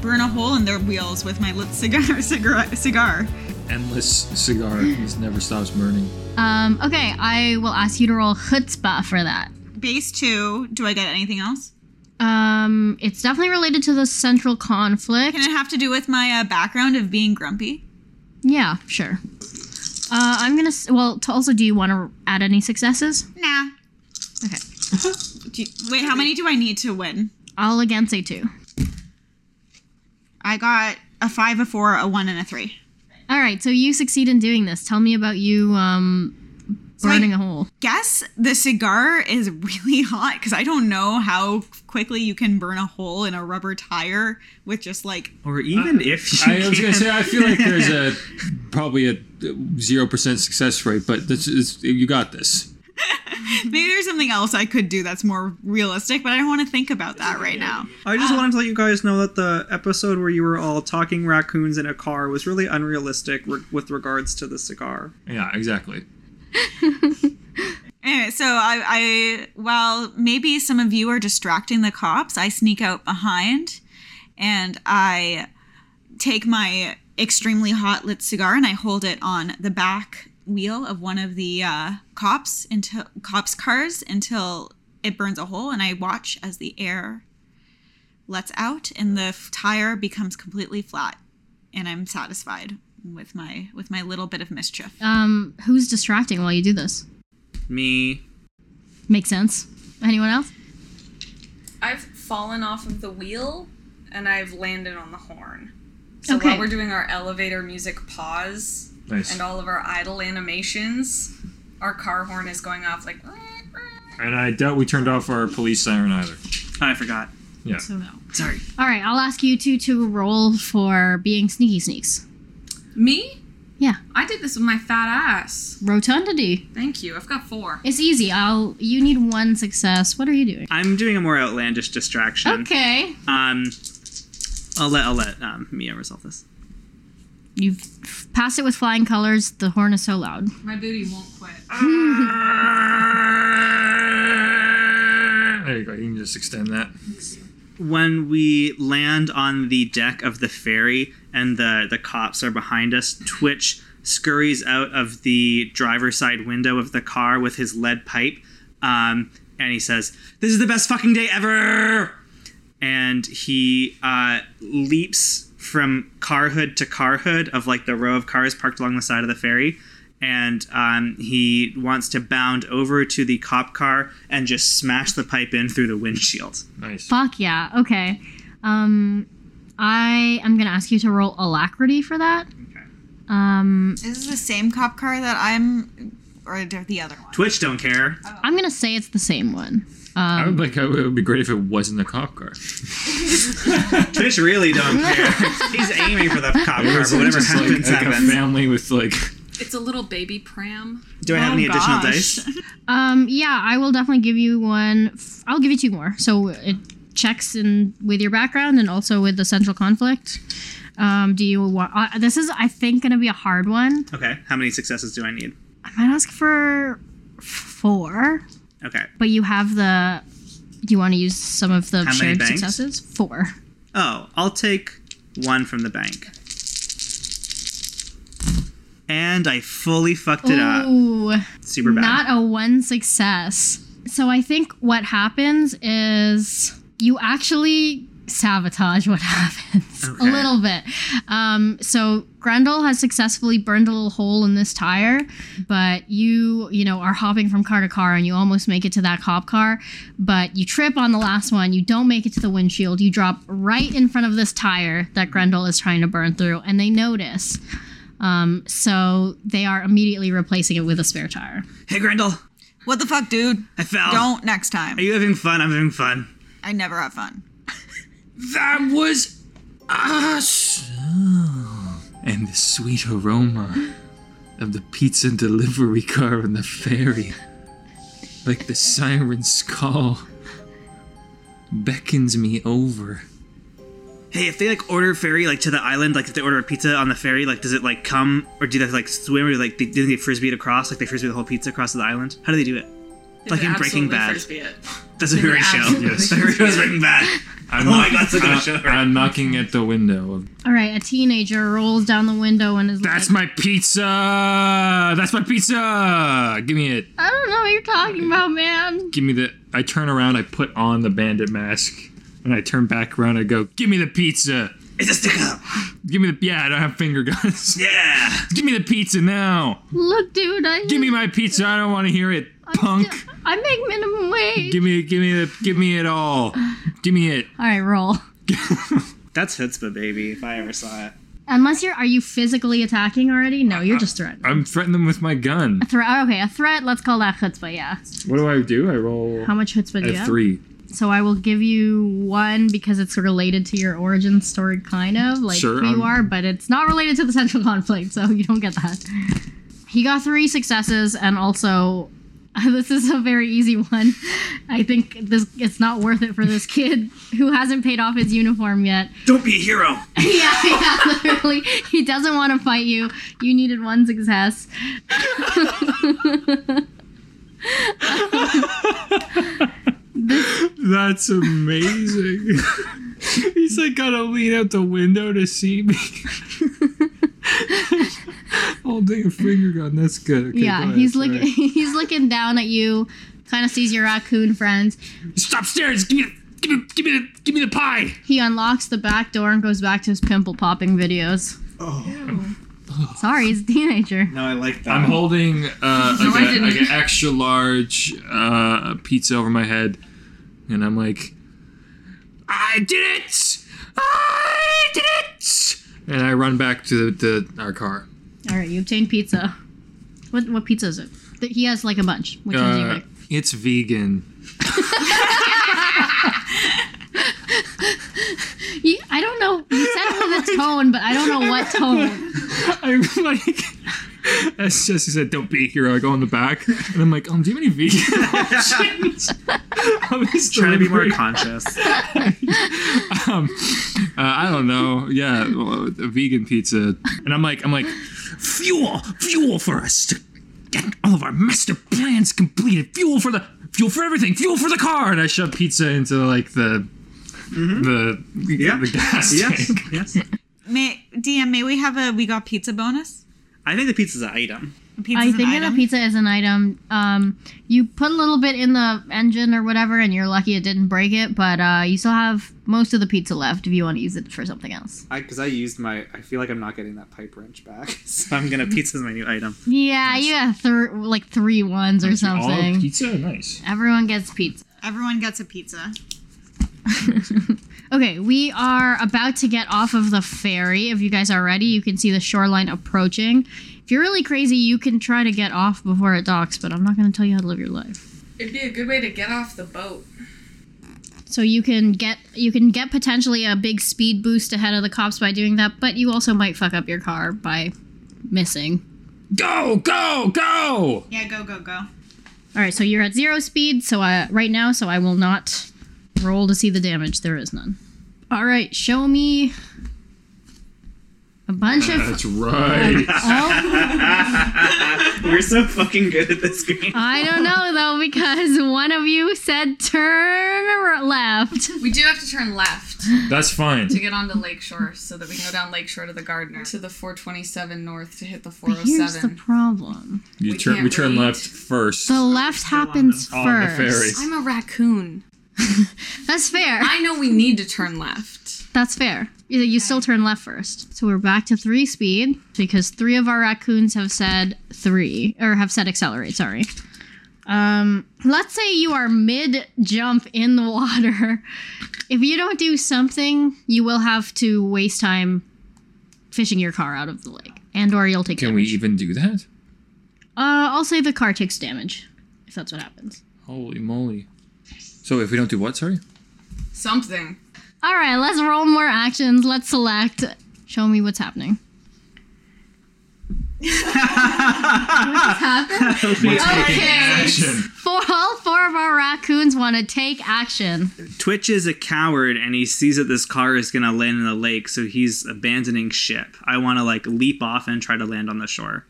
burn a hole in their wheels with my lit cigar. [LAUGHS] cigar, cigar.
Endless cigar. This never stops burning.
Um, okay, I will ask you to roll chutzpah for that.
Base two. Do I get anything else?
Um, it's definitely related to the central conflict.
Can it have to do with my uh, background of being grumpy?
Yeah, sure. Uh, I'm gonna. s- Well, to also, do you want to add any successes?
Nah.
Okay,
Do you- wait, how many do I need to win?
I'll again say two.
I got a five, a four, a one, and a three.
All right, so you succeed in doing this. Tell me about you um,
I-
burning a hole.
guess the cigar is really [LAUGHS] hot because I don't know how quickly you can burn a hole in a rubber tire with just like
Or even if you
I was gonna
can't-
say I feel like there's a probably a zero percent success rate, but this is you got this.
maybe there's something else I could do that's more realistic, but I don't want to think about that right now.
I just wanted to let you guys know that the episode where you were all talking raccoons in a car was really unrealistic re- with regards to the cigar.
Yeah, exactly.
Anyway, Eh, so I, I, while maybe some of you are distracting the cops, I sneak out behind and I take my extremely hot lit cigar and I hold it on the back wheel of one of the uh, cops until cops cars until it burns a hole, and I watch as the air lets out and the f- tire becomes completely flat, and I'm satisfied with my with my little bit of mischief.
Um, who's distracting while you do this?
Me.
Makes sense. Anyone else?
I've fallen off of the wheel and I've landed on the horn. So
Okay.
while we're doing our elevator music pause
Nice.
and all of our idle animations, our car horn is going off like.
And I doubt we turned off our police siren either.
Oh, I forgot.
Yeah.
So no.
Sorry.
All right, I'll ask you two to roll for being sneaky sneaks.
Me?
Yeah.
I did this with my fat ass.
Rotundity.
Thank you. I've got four.
It's easy. I'll. You need one success. What are you doing?
I'm doing a more outlandish distraction.
Okay.
Um, I'll let I'll let um, Mia resolve this.
You've f- passed it with flying colors. The horn is so loud.
My booty won't quit.
There you go. You can just extend that.
When we land on the deck of the ferry and the the cops are behind us, Twitch scurries out of the driver's side window of the car with his lead pipe, um, and he says, "This is the best fucking day ever." and he uh, leaps from car hood to car hood of like the row of cars parked along the side of the ferry and um, he wants to bound over to the cop car and just smash the pipe in through the windshield
Nice.
Fuck yeah. Okay. Um, I am gonna ask you to roll alacrity for that.
okay.
Um,
This is the same cop car that I'm, or the other one.
twitch don't care
I'm gonna say it's the same one.
I
Um,
would like. It would be great if it wasn't a cop car.
twitch really don't care he's aiming for the cop car but whatever
Just like-
happens
like a
happens
family with like.
It's a little baby pram.
do i have
Oh,
any additional
gosh.
dice
um, yeah, I will definitely give you one. F- I'll give you two more. So it checks in with your background and also with the central conflict. Um, do you want? Uh, this is, I think, gonna be a hard one.
okay how many successes do i need
I might ask for four,
okay
but you have the. Do you want to use some of the
How many
shared
banks?
successes? Four.
Oh, I'll take one from the bank. And I fully fucked it up.
Ooh.
Super bad.
Not a one success. So I think what happens is you actually sabotage what [LAUGHS] happens
Okay.
a little bit. Um, so Grendel has successfully burned a little hole in this tire, but you, you know, are hopping from car to car and you almost make it to that cop car, but you trip on the last one. You don't make it to the windshield. You drop right in front of this tire that Grendel is trying to burn through, and they notice. Um, so they are immediately replacing it with a spare tire.
hey, Grendel,
What the fuck, dude?
I fell.
Don't next time.
Are you having fun? I'm having fun.
I never have fun.
That was us. And the sweet aroma of the pizza delivery car on the ferry, like the siren's call, beckons me over.
Hey, if they like order ferry like to the island, like if they order a pizza on the ferry, like does it like come or do they like swim or like they, do they frisbee it across? Like they frisbee the whole pizza across the island? How do they do it? Like in Breaking Bad. That's a
would
Huri show.
absolutely
Yes. The Huri show is Breaking Bad.
I'm
Oh my God, it's a good
I-
show.
I'm knocking at the window. Of,
All right, a teenager rolls down the window and is
That's
like,
my pizza. That's my pizza. Give me it.
I don't know what you're talking about, man.
Give me the. I turn around. I put on the bandit mask, and I turn back around. I go, "Give me the pizza.
It's a stick up.
Give me the. Yeah, I don't have finger guns. [LAUGHS]
Yeah.
Give me the pizza now.
Look, dude, I
Give me my pizza. I don't want to hear it, punk.
[LAUGHS] I make minimum wage.
Give me, give me the, give me it all. Give me it.
All right, roll.
That's Hitzpah, baby, if I ever saw it.
Unless you're, are you physically attacking already? No, you're just threatening.
I'm threatening them with my gun.
A threat. Okay, a threat. Let's call that chutzpah. Yeah.
What do I do? I roll
How much chutzpah do you
a
have?
three.
So I will give you one because it's related to your origin story, kind of like
Sure,
who you
um,
are, but it's not related to the central [LAUGHS] conflict, so you don't get that. He got three successes, and also [LAUGHS] this is a very easy one. I think this it's not worth it for this kid [LAUGHS] who hasn't paid off his uniform yet. [LAUGHS]
Don't be a hero.
yeah, yeah, literally, he doesn't want to fight you. You needed one success.
That's
[LAUGHS]
amazing. He's like gotta lean out the window to see
[LAUGHS]
me. [LAUGHS] Holding a finger gun. That's good. Okay, go
yeah,
ahead,
he's
sorry.
looking. [LAUGHS] He's looking down at you. Kind of sees your raccoon friends.
Stop stairs. Give me, the, give me, give me the, give me the pie.
He unlocks the back door and goes back to his pimple popping videos.
Oh,
Sorry, he's a teenager.
no, I like that.
I'm
[LAUGHS]
holding uh,
No, I
like, a,
didn't.
like an extra large uh, pizza over my head, and I'm like, I did it! I did it! And I run back to the, the our car.
All right, you obtained pizza. What what pizza is it? Th- He has like a bunch. Which one do you
Uh,
like?
it's vegan.
You, I don't know. You said it
[LAUGHS]
with a tone, but I don't know what tone.
I'm like, [LAUGHS] as Jesse said, don't be a hero. I go in the back, and I'm like, um, do you have any vegan options? I'm just
Trying to be
[LAUGHS]
more
delivering-
conscious.
um, uh, I don't know. Yeah, well, a vegan pizza, and I'm like, I'm like, fuel, fuel for us to get all of our master plans completed. Fuel for the fuel for everything. Fuel for the car. And I shove pizza into like the the,
Mm-hmm. Yeah.
the gas
Yes,
tank.
yes.
May, DM, may we have a we got pizza bonus?
I think the pizza's an item.
Pizza's
I think
an
that
item.
a pizza is an item. Um, you put a little bit in the engine or whatever, and you're lucky it didn't break it. But uh, you still have most of the pizza left if you want to use it for something else.
Because I, used my. I feel like I'm not getting that pipe wrench back. [LAUGHS]
So I'm gonna pizza's my new item.
Yeah, you have thr like three ones or
All
something.
pizza, nice.
Everyone gets pizza.
Everyone gets a pizza.
Okay, we are about to get off of the ferry. If you guys are ready, you can see the shoreline approaching. If you're really crazy, you can try to get off before it docks, but I'm not going to tell you how to live your life.
It'd be a good way to get off the boat.
So you can get you can get potentially a big speed boost ahead of the cops by doing that, but you also might fuck up your car by missing.
Go, go, go!
Yeah, go go go.
All right, so you're at zero speed, so I, right now, so I will not roll to see the damage. There is none. All right, show me a
[LAUGHS]
bunch of.
That's right.
[LAUGHS] Oh
We're so fucking good at this game.
I don't know though because one of you said turn or left.
We do have to turn left
That's fine.
to get onto Lakeshore so that we can go down Lakeshore to the Gardener to the 427 north to hit the
oh
Here's the
407.
problem.
You
We
turn,
can't
we turn
read.
left first
The left happens
on the
first.
ferry.
I'm a raccoon.
That's fair.
I know we need to turn left.
That's fair. You, you still turn left first. So we're back to three speed because three of our raccoons have said three or have said accelerate. Sorry. Um, let's say you are mid jump in the water. [LAUGHS] If you don't do something, you will have to waste time fishing your car out of the lake, and or you'll take
Can we
damage.
even do that?
Uh, I'll say the car takes damage if that's what happens.
Holy moly! So if we don't do what? Sorry.
Something.
All right, let's roll more actions. Let's select. Show me what's happening. [LAUGHS] Okay. For all four of our raccoons want to take action.
Twitch is a coward and he sees that this car is gonna land in the lake, so he's abandoning ship. I wanna like leap off and try to land on the shore.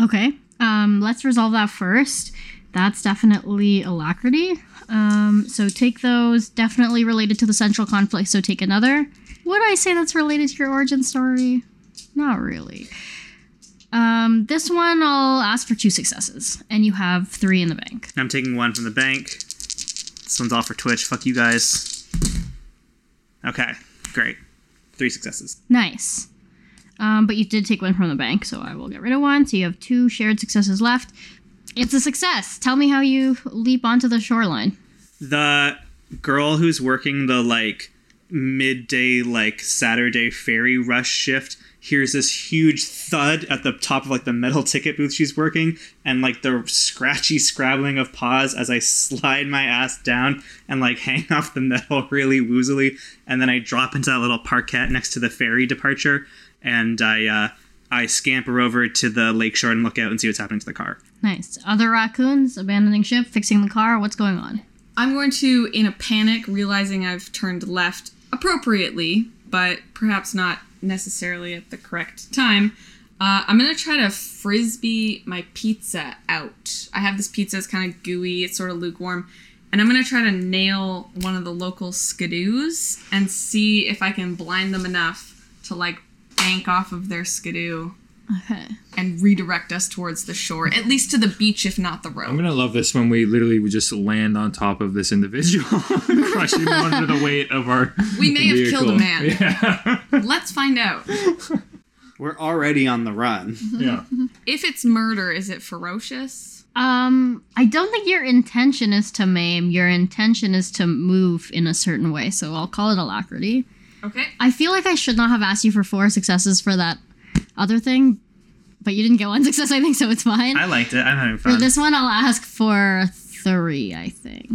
Okay. Um, let's resolve that first. That's definitely alacrity. Um, so take those definitely related to the central conflict. So take another. Would I say that's related to your origin story? Not really. Um, this one I'll ask for two successes, and you have three in the bank.
I'm taking one from the bank. This one's all for Twitch. Fuck you guys. Okay, great. Three successes.
Nice. Um, but you did take one from the bank, so I will get rid of one. So you have two shared successes left. It's a success. Tell me how you leap onto the shoreline.
The girl who's working the like midday, like Saturday ferry rush shift hears this huge thud at the top of like the metal ticket booth she's working and like the scratchy scrabbling of paws as I slide my ass down and like [LAUGHS] hang off the metal really woozily and then I drop into that little parquet next to the ferry departure and I uh I scamper over to the lakeshore and look out and see what's happening to the car.
Nice. Other raccoons abandoning ship, fixing the car. What's going on?
I'm going to, in a panic, realizing I've turned left appropriately, but perhaps not necessarily at the correct time, Uh, I'm gonna try to frisbee my pizza out. I have this pizza. It's kind of gooey. It's sort of lukewarm, and I'm gonna try to nail one of the local skidoos and see if I can blind them enough to like bank off of their skidoo
Okay.
and redirect us towards the shore, at least to the beach, if not the road.
I'm gonna love this when we literally would just land on top of this individual, [LAUGHS] crushing him under the weight of our.
We may have
vehicle.
killed a man.
[LAUGHS] Yeah.
Let's find out.
We're already on the run.
yeah.
If it's murder, is it ferocious?
Um, I don't think your intention is to maim. Your intention is to move in a certain way. So I'll call it alacrity.
Okay.
I feel like I should not have asked you for four successes for that other thing, but you didn't get one [LAUGHS] success, I think, so it's fine.
I liked it. I'm having
for
fun.
this one, I'll ask for three, I think.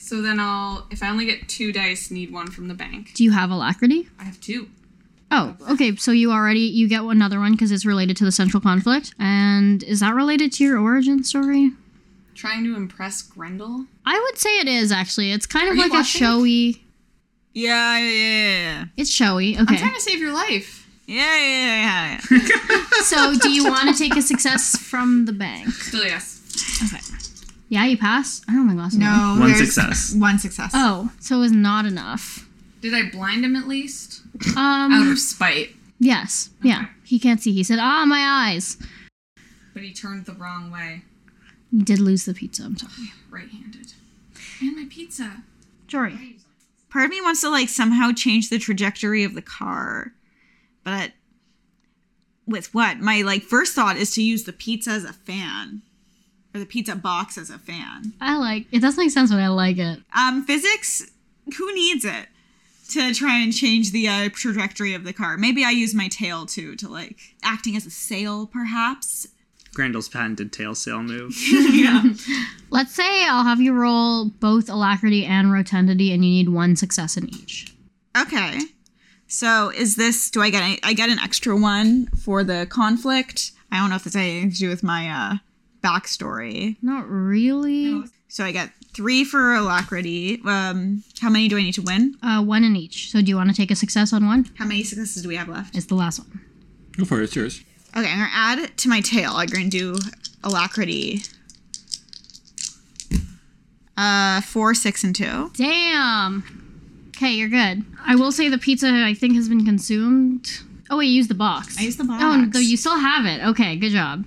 So then I'll, if I only get two dice, need one from the bank.
Do you have alacrity?
I have two.
Oh, okay. So you already you get another one because it's related to the central conflict, and is that related to your origin story?
Trying to impress Grendel.
I would say it is actually. It's kind of
Are you
like a
watching?
showy.
Yeah, yeah, yeah,
It's showy.
I'm
Okay.
trying to save your life.
yeah, yeah, yeah, yeah.
so do you
[LAUGHS]
want to take a success from the bank?
Still yes.
Okay. Yeah, you pass. I don't my glasses. on.
No,
One
Oh, there's
success.
One success.
Oh, so it was not enough.
Did I blind him at least? [LAUGHS] Out
Um.
of spite.
Yes. Yeah. He can't see. He said, "Ah, my eyes."
But he turned the wrong way.
You did lose the pizza. I'm sorry.
Right-handed. And my pizza.
Jory.
Part of me wants to like somehow change the trajectory of the car, but with what? My like first thought is to use the pizza as a fan, or the pizza box as a fan.
I like. It does make sense, but I like it.
Um, physics, who needs it to try and change the uh, trajectory of the car? Maybe I use my tail too to like acting as a sail, perhaps.
Grandel's patented tail sail move.
Let's say I'll have you roll both alacrity and rotundity, and you need one success in each.
Okay. So is this? Do I get? Any, I get an extra one for the conflict. I don't know if this has anything to do with my uh, backstory.
Not really.
So I get three for alacrity. Um, how many do I need to win?
Uh, one in each. So do you want to take a success on one?
How many successes do we have left?
It's the last one.
Go for it. It's yours.
Okay, I'm gonna add it to my tail. I'm gonna do alacrity. Uh, four, six, and two.
Damn. Okay, you're good. I will say the pizza I think has been consumed. Oh wait, you used the box. I
used the box.
Oh, though you still have it. Okay, good job.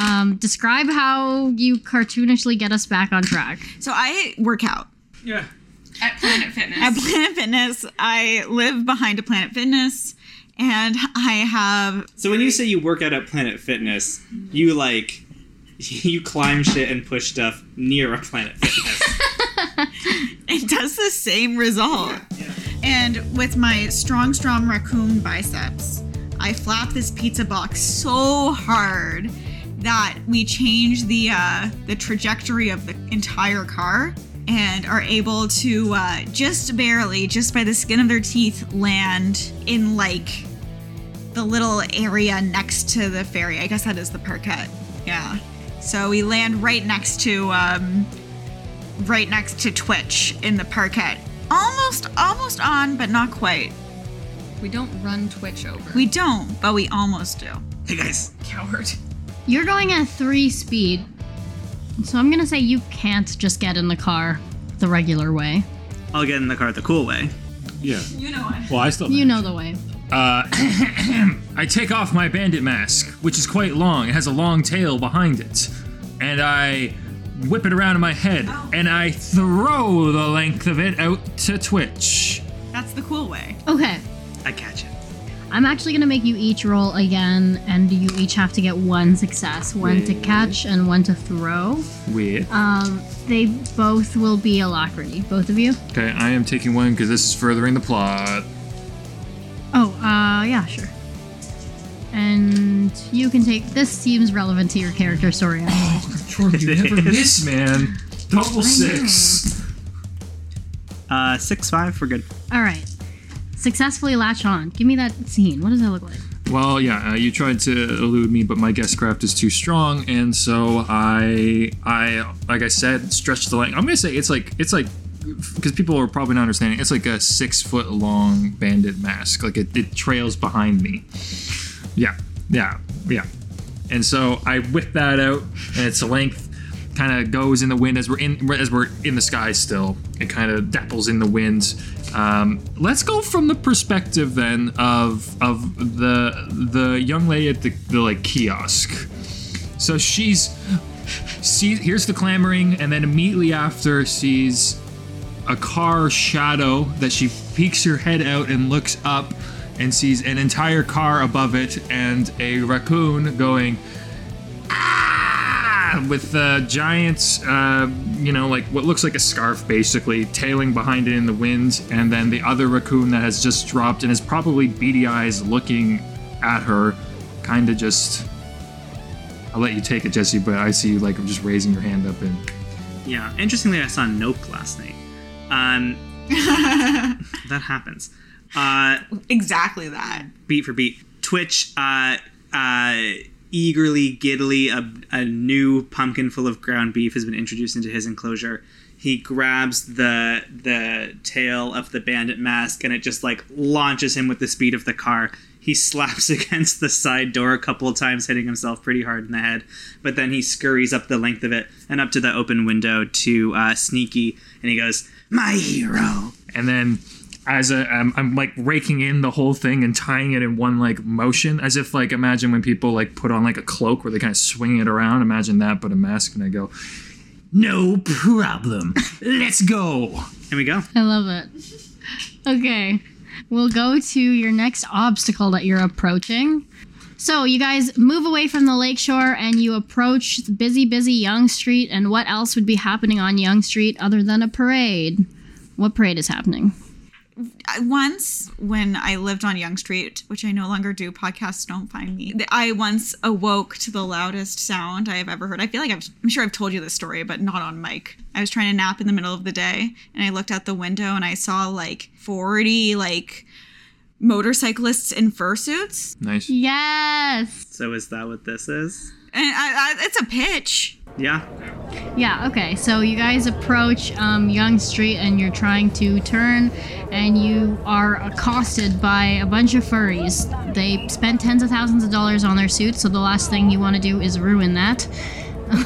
Um, describe how you cartoonishly get us back on track.
So I work out.
Yeah.
At [LAUGHS] Planet Fitness.
At [LAUGHS] Planet Fitness, I live behind a Planet Fitness, and I have
So when you say you work out at Planet Fitness, you like [LAUGHS] you climb shit and push stuff near a Planet Fitness.
[LAUGHS] it does the same result. And with my strong, strong raccoon biceps, I flap this pizza box so hard that we change the uh, the trajectory of the entire car and are able to uh, just barely, just by the skin of their teeth, land in like the little area next to the ferry. I guess that is the parquet. Yeah. So we land right next to um, right next to Twitch in the parquet. Almost, almost on, but not quite.
we don't run Twitch over.
We don't, but we almost do.
[LAUGHS] hey guys,
coward.
You're going at three speed, so I'm gonna say you can't just get in the car the regular way.
I'll get in the car the cool way.
Yeah. You know what? Well, I still.
You know the way.
Uh, [CLEARS THROAT] I take off my bandit mask, which is quite long. It has a long tail behind it. And I whip it around in my head
Oh.
and I throw the length of it out to Twitch.
That's the cool way.
Okay,
I catch it.
I'm actually gonna make you each roll again, and you each have to get one success, one to catch and one to throw.
Weird.
Uh.
Um, they both will be alacrity, both of you.
Okay, I am taking one because this is furthering the plot.
Oh, uh, yeah, sure. And you can take. This seems relevant to your character story. [LAUGHS] anyway.
Jordan, you never [LAUGHS] miss, man. Double six.
Uh, six five, we're good.
All right, successfully latch on. Give me that scene. What does that look like?
Well, yeah, uh, you tried to elude me, but my guess craft is too strong, and so I, I, like I said, stretched the length. I'm gonna say it's like it's like because people are probably not understanding. It's like a six foot long bandit mask. Like it, it trails behind me. Yeah, Yeah, yeah. And so I whip that out, and its length kind of goes in the wind as we're in as we're in the sky still. It kind of dapples in the wind. Um, let's go from the perspective then of of the the young lady at the, the like kiosk. So she's sees hears the clamoring, and then immediately after sees a car shadow that she peeks her head out and looks up and sees an entire car above it and a raccoon going ah! with uh, giants uh, you know like what looks like a scarf basically tailing behind it in the wind and then the other raccoon that has just dropped and is probably beady eyes looking at her kind of just i'll let you take it jesse but i see you like i'm just raising your hand up and
Yeah. Interestingly, I saw Nope last night. Um, that happens. Uh,
Exactly that.
beat for beat. Twitch uh, uh, eagerly, giddily, a, a new pumpkin full of ground beef has been introduced into his enclosure. He grabs the the tail of the bandit mask and it just like launches him with the speed of the car. He slaps [LAUGHS] against the side door a couple of times, hitting himself pretty hard in the head. But then he scurries up the length of it and up to the open window to uh, Sneaky, and he goes, "My hero."
and then as a, I'm, I'm like raking in the whole thing and tying it in one like motion as if like imagine when people like put on like a cloak where they kind of swing it around imagine that but a mask and i go no problem let's go
And we go.
I love it. [LAUGHS] Okay, we'll go to your next obstacle that you're approaching. So, you guys move away from the lakeshore and you approach busy, busy Young Street. And what else would be happening on Young Street other than a parade? What parade is happening?
I- once when I lived on Young Street, which I no longer do, podcasts don't find me. th- I once awoke to the loudest sound I have ever heard. I feel like I've, I'm sure I've told you this story, but not on mic. I was trying to nap in the middle of the day and I looked out the window and I saw like 40 like motorcyclists in fursuits.
nice
Yes!
So is that what this is?
And I, I, it's a pitch.
Yeah.
Yeah, okay. So you guys approach um, Young Street and you're trying to turn, and you are accosted by a bunch of furries. They spend tens of thousands of dollars on their suits, so the last thing you want to do is ruin that. [LAUGHS]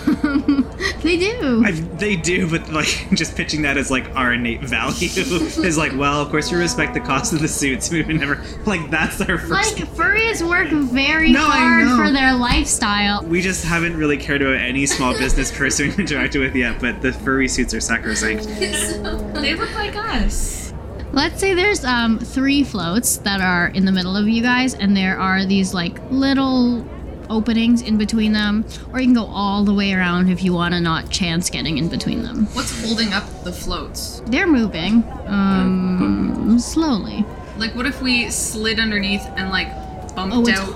they do.
i they do, but like [LAUGHS] just pitching that as like our innate value [LAUGHS] is like, well, of course you respect the cost of the suits. [LAUGHS] We would never like that's our
Like,
first.
furries work very
No, I
hard
know.
for their lifestyle.
we just haven't really cared about any small business person we've interacted with yet, but the furry suits are sacrosanct.
They look like us.
Let's say there's um, three floats that are in the middle of you guys, and there are these like little openings in between them, or you can go all the way around if you want to not chance getting in between them.
What's holding up the floats?
They're moving, um, slowly.
Like, what if we slid underneath and like
Oh,
bumped
it's-
out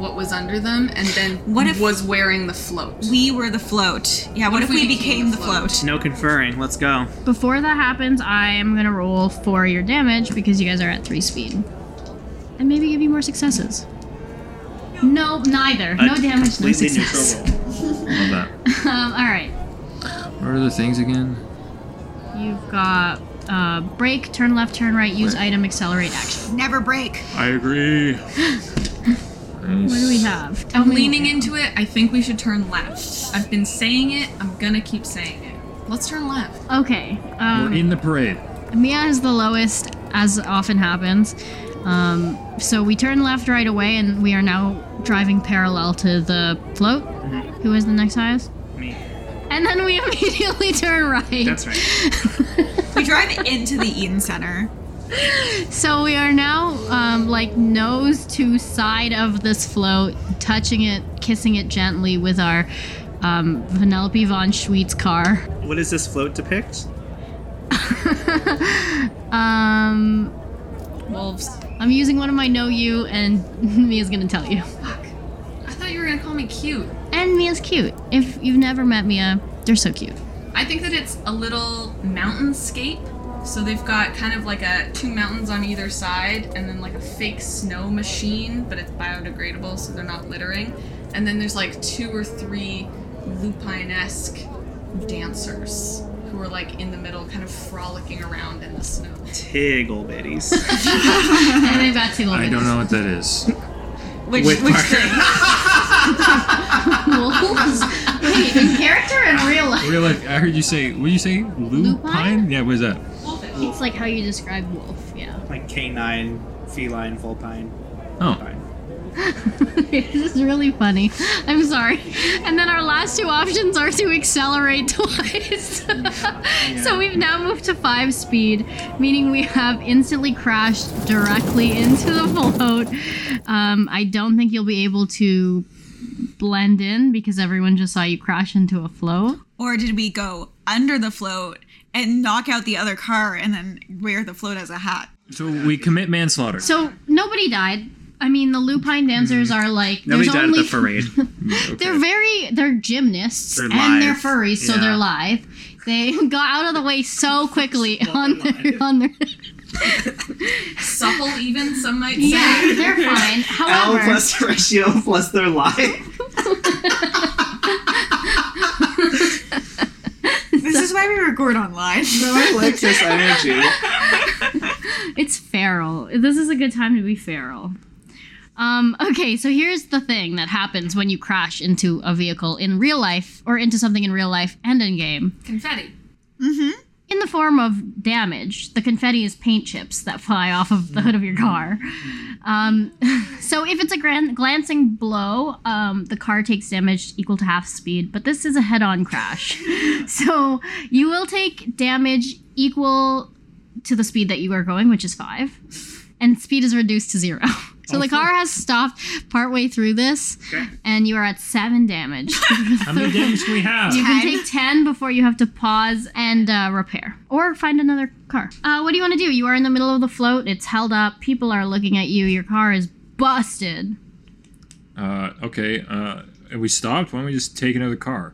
what was under them, and then
What if-
was wearing the float?
We were the float. Yeah, what, if, we became, the float?
No conferring. Let's go.
Before that happens, I am gonna roll for your damage because you guys are at three speed, and maybe give you more successes. No, neither. No
A
damage, no
completely
success.
neutral role.
love that
Um, [LAUGHS] all right.
what are the things again
You've got uh, break, turn left, turn right, use item, accelerate action.
Never break.
i agree
What do we have? Tell
I'm
me.
leaning into it. I think we should turn left. I've been saying it. I'm gonna keep saying it. Let's turn left.
Okay. Um,
we're in the parade
Mia is the lowest, as often happens. Um, so we turn left right away, and we are now driving parallel to the float. Who is the next highest?
Me.
And then we [LAUGHS] immediately turn right.
That's right.
We [LAUGHS] drive into the Eden Center.
So we are now um, like nose to side of this float, touching it, kissing it gently with our um, Vanellope von Schweet's car.
What does this float depict?
[LAUGHS] Um,
Wolves.
I'm using one of my know you, and [LAUGHS] Mia's gonna tell you.
Fuck. I thought you were gonna call me cute.
And Mia's cute. If you've never met Mia, they're so cute.
I think that it's a little mountainscape. So they've got kind of like a two mountains on either side, and then like a fake snow machine, but it's biodegradable, so they're not littering. And then there's like two or three lupine-esque dancers who are like in the middle, kind of frolicking around in the snow.
[LAUGHS]
Tiggle bitties.
and they've got two little [LAUGHS]
i don't know what that is
Which
Wait,
which
part.
thing?
Wait, in character and real life.
Real life. I heard you say. What did you say? Lupine?
Lupine?
Yeah. What is that?
It's like how you describe wolf, yeah.
Like canine, feline, vulpine.
Oh.
Fine.
[LAUGHS] this is really funny. I'm sorry. And then our last two options are to accelerate [LAUGHS] twice. so we've now moved to five speed, meaning we have instantly crashed directly into the float. Um, I don't think you'll be able to blend in because everyone just saw you crash into a float.
Or did we go under the float and knock out the other car and then wear the float as a hat?
So we commit manslaughter.
So nobody died. I mean, the lupine dancers are like
Mm-hmm. Nobody
there's
died
only
at the parade.
They're very they're gymnasts
They're
and they're
live.
furries, so
Yeah.
they're live. They [LAUGHS] got out of the way [LAUGHS] so quickly on their on their
Supple, even some might say.
yeah, [LAUGHS] they're fine.
L
[LAUGHS]
However,
plus ratio plus their life.
This is why we record online.
I like this energy.
[LAUGHS]
it's feral. This is a good time to be feral. Um, okay, so here's the thing that happens when you crash into a vehicle in real life or into something in real life and in game.
Confetti.
In the form of damage, the confetti is paint chips that fly off of the hood of your car. Um, [LAUGHS] so if it's a grand, glancing blow, um, the car takes damage equal to half speed, but this is a head on crash. [LAUGHS] so you will take damage equal to the speed that you are going, which is five, and speed is reduced to zero. [LAUGHS] So the car has stopped partway through this, and you are at seven damage. [LAUGHS]
How many games do we have?
You can
Ten.
take 10 before you have to pause and uh, repair or find another car. Uh, what do you want to do? You are in the middle of the float, it's held up, people are looking at you, your car is busted.
Uh, okay. Uh, and we stopped. Why don't we just take another car?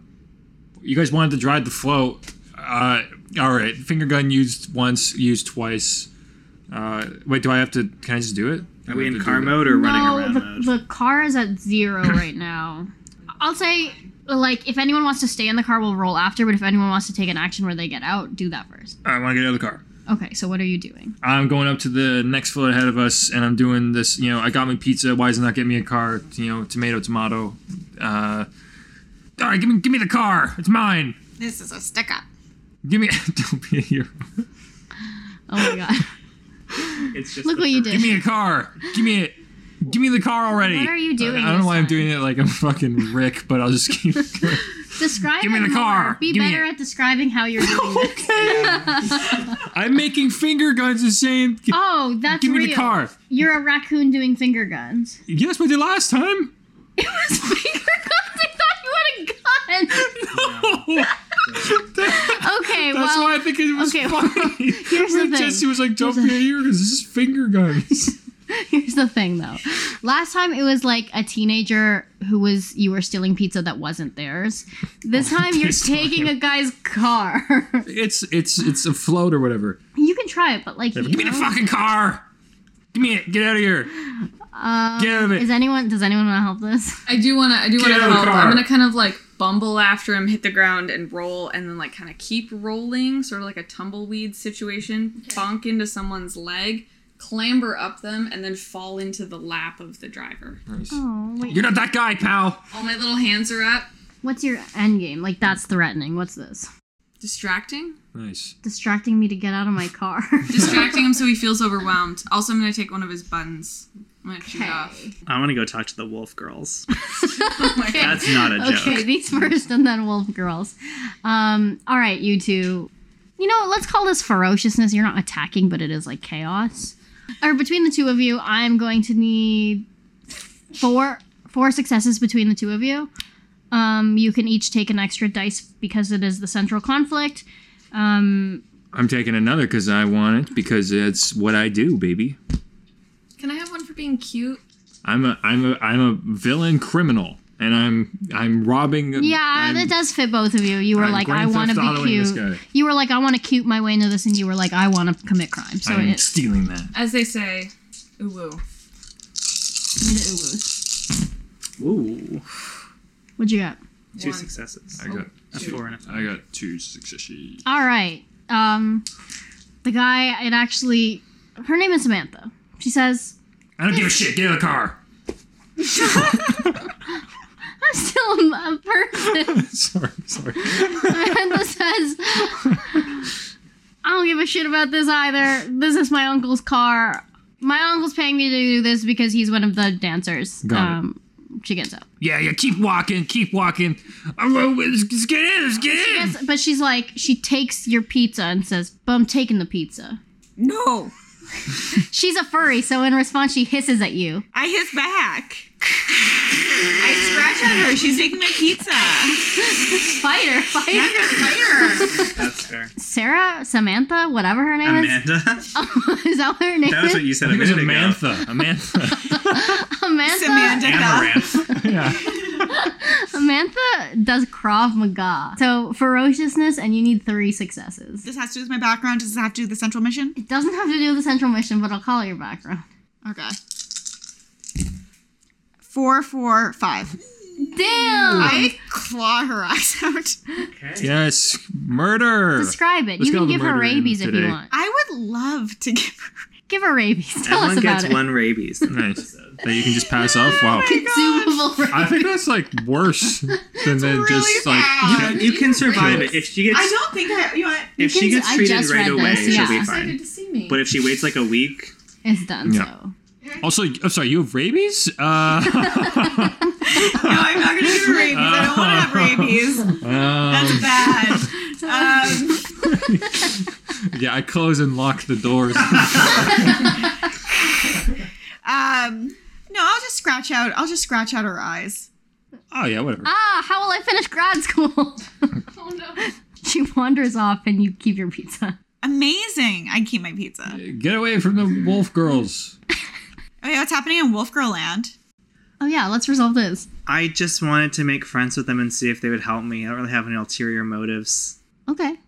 You guys wanted to drive the float. Uh, all right. Finger gun used once, used twice. Uh, wait, do I have to? Can I just do it?
Are
Do
we
I have
in
to
car
do
mode or running
No,
around mode?
the, the car is
[COUGHS]
at zero right now. I'll say, like, if anyone wants to stay in the car, we'll roll after, but if anyone wants to take an action where they get out, do that first.
that? I want to get out of the car.
Okay, so what are you doing?
I'm going up to the next float ahead of us, and I'm doing this. You know, I got my pizza. Why does it not get me a car? You know, tomato, tomato. Uh, all right, give me, give me the car. It's mine.
This is a stick up.
Give me. [LAUGHS] Don't be a hero.
Oh my god. [LAUGHS]
It's just
[LAUGHS] Look what you did.
Give me a car. Give me it. Give me the car already.
What are you doing
I, I don't
this
know why I'm
time?
doing it like I'm fucking Rick, but I'll just keep. going.
Describe
Give me
it
the
more.
car.
Be
Give me
better
it.
at describing how
[LAUGHS]
you're doing this.
I'm making finger guns and saying, "G-
Oh, that's
"Give me
real.
the car."
You're a raccoon doing finger guns.
Yes, we did last time.
[LAUGHS] It was finger guns. I thought you had a gun.
[LAUGHS]
Okay,
That's
well,
why I think it was
okay, [LAUGHS] well,
funny.
here's the
When
thing.
Jesse was like, "Don't be a hero, 'cause this is finger guns." [LAUGHS]
here's the thing though. Last time it was like a teenager who was you were stealing pizza that wasn't theirs.
[LAUGHS]
This time you're
Oh, This
taking a guy's car. [LAUGHS]
it's it's it's a float or whatever.
you can try it, but like,
Give
you
me the
know,
fucking car. Give me it. Get out of here. Get out of it.
Um, is anyone? Does anyone want to help this? [LAUGHS]
I do want to. I do want
Get
to
out of the
help.
car.
I'm gonna kind of like bumble after him, hit the ground, and roll, and then like kind of keep rolling, sort of like a tumbleweed situation. Bonk into someone's leg, clamber up them, and then fall into the lap of the driver.
Oh wait,
You're not that guy, pal.
All my little hands are up.
what's your end game? Like that's threatening. What's this?
[LAUGHS]
Distracting,
Nice.
Distracting me to get out of my car. [LAUGHS]
distracting him so he feels overwhelmed. Also, I'm gonna take one of his buns. I'm gonna shoot off.
I want to go talk to the wolf girls.
Okay.
That's not a joke.
[LAUGHS] Okay, these first and then Wolf Girls. Um, all right, you two. You know, let's call this ferociousness. You're not attacking, but it is like chaos. Or between the two of you, I'm going to need four four successes between the two of you. Um, you can each take an extra dice because it is the central conflict. Um,
I'm taking another because I want it because it's what I do, baby.
Can I have one for being cute?
I'm a I'm a I'm a villain criminal, and I'm I'm robbing.
yeah,
I'm,
that does fit both of you. You were
I'm
like, I
Grand
want to
Theft
be
Autoing this
cute.
guy.
You were like, I want to cute my way into this, and you were like, I want to commit crime. So
I'm
it's
stealing that.
As they say, ooh woo.
Ooh,
What'd you got?
two successes.
I got
A four and a five.
I got two successes.
All right. Um, the guy, it actually, her name is Samantha. She says, [LAUGHS]
I don't give a shit. Get out of the car. [LAUGHS]
I'm still a person. [LAUGHS]
sorry, sorry.
And this says, I don't give a shit about this either. This is my uncle's car. My uncle's paying me to do this because he's one of the dancers. Um,
Got it.
She gets up.
Yeah, yeah. Keep walking. Keep walking. I'm, uh, let's, let's get in. Let's get in.
Yes, but she's like, she takes your pizza and says, But I'm taking the pizza.
No,
She's a furry, so in response, she hisses at you.
I hit back. I scratch at her. She's taking my pizza. [LAUGHS]
Fighter, fighter.
That's fair.
Sarah, Samantha, whatever her name
Amanda. [LAUGHS]
[LAUGHS] is. is that what her name
That was
is?
what you said
I
a
think it was
minute ago.
Amantha. Amantha.
[LAUGHS] Samantha,
Samantha.
Amaranth.
[LAUGHS]
yeah.
Samantha does Krav Maga. So ferociousness, and you need three successes.
This has to do with my background. Does this have to do with the central mission?
It doesn't have to do with the central mission, but I'll call it your background.
Okay. Four, four, five.
Damn!
I [LAUGHS] claw her eyes out.
Yes. Murder.
Describe it.
Let's
you
get all
can
the
give her
murder in
rabies if you
today.
want.
I would love to [LAUGHS] give her.
Give her rabies. Tell
Everyone
us about
gets
it.
one rabies.
Nice. That you can just pass off. Wow.
[LAUGHS]
I
Consumable rabies.
think that's like
[LAUGHS]
worse than then just like
You can, you can survive it if she gets
I don't think I. You know what?
if she
You can-
gets
I
treated
just
right
read
away.
this,
She'll
yeah.
be
Excited
fine.
to see me.
But if she waits like a week,
It's done.
Yeah.
So
Also, I'm sorry, you have rabies?
[LAUGHS]
Uh,
No, I'm not gonna give her rabies. I don't
[LAUGHS]
want to have rabies.
um,
Bad. Um,
yeah, I close and lock the
[LAUGHS]
doors. Oh,
Um, no, I'll just scratch out. I'll just scratch out her eyes.
oh, yeah, whatever.
ah, how will I finish grad school? [LAUGHS] oh no. She wanders off, and you keep your pizza.
Amazing. I keep my pizza.
Get away from the wolf girls.
Okay, what's happening in Wolf Girl Land?
Oh yeah, let's resolve this.
I just wanted to make friends with them and see if they would help me. I don't really have any ulterior motives.
Okay.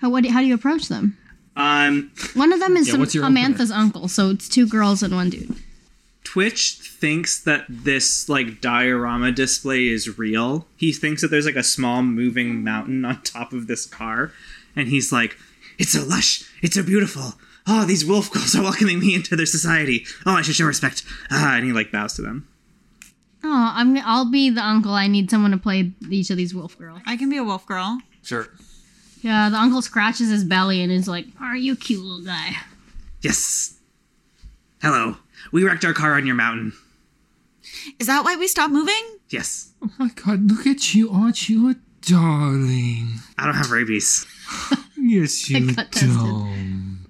How what? do- How do you approach them?
Um,
One of them is
Yeah,
some-
what's your
Samantha's uncle, so it's two girls and one dude.
Twitch thinks that this like diorama display is real. He thinks that there's like a small moving mountain on top of this car, and he's like, "It's so lush, it's so beautiful. Oh, these wolf girls are welcoming me into their society. Oh, I should show respect." Ah, and he like bows to them.
Oh, I'm. I'll be the uncle. I need someone to play each of these wolf girls.
I can be a wolf girl.
Sure.
Yeah, the uncle scratches his belly and is like, "Are you a cute little guy?"
Yes. Hello. We wrecked our car on your mountain.
Is that why we stopped moving?
Yes.
Oh my god, look at you. Aren't you a darling?
I don't have rabies.
Yes, you
got tested.
don't.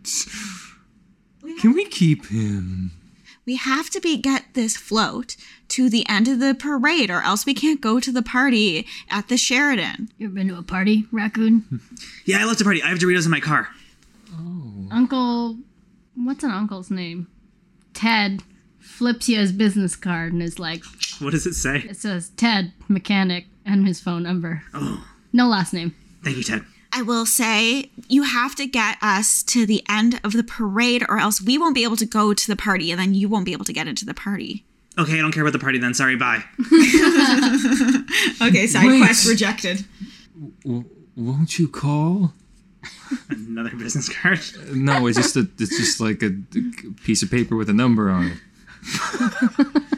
Can we keep him?
We have to be get this float to the end of the parade, or else we can't go to the party at the Sheridan.
You ever been to a party, raccoon?
Yeah, I left a party. I have Doritos in my car.
uncle, what's an uncle's name? Ted flips you his business card and is like,
What does it say?
"It says Ted mechanic and his phone number.
Oh,
No last name." [LAUGHS]
thank you, Ted.
I will say you have to get us to the end of the parade, or else we won't be able to go to the party, and then you won't be able to get into the party.
Okay, I don't care about the party then. Sorry, bye. [LAUGHS]
okay, side
Wait.
quest rejected.
W- won't you call?
Another business card.
No, it's just a, it's just like a, a piece of paper with a number on it.
[LAUGHS]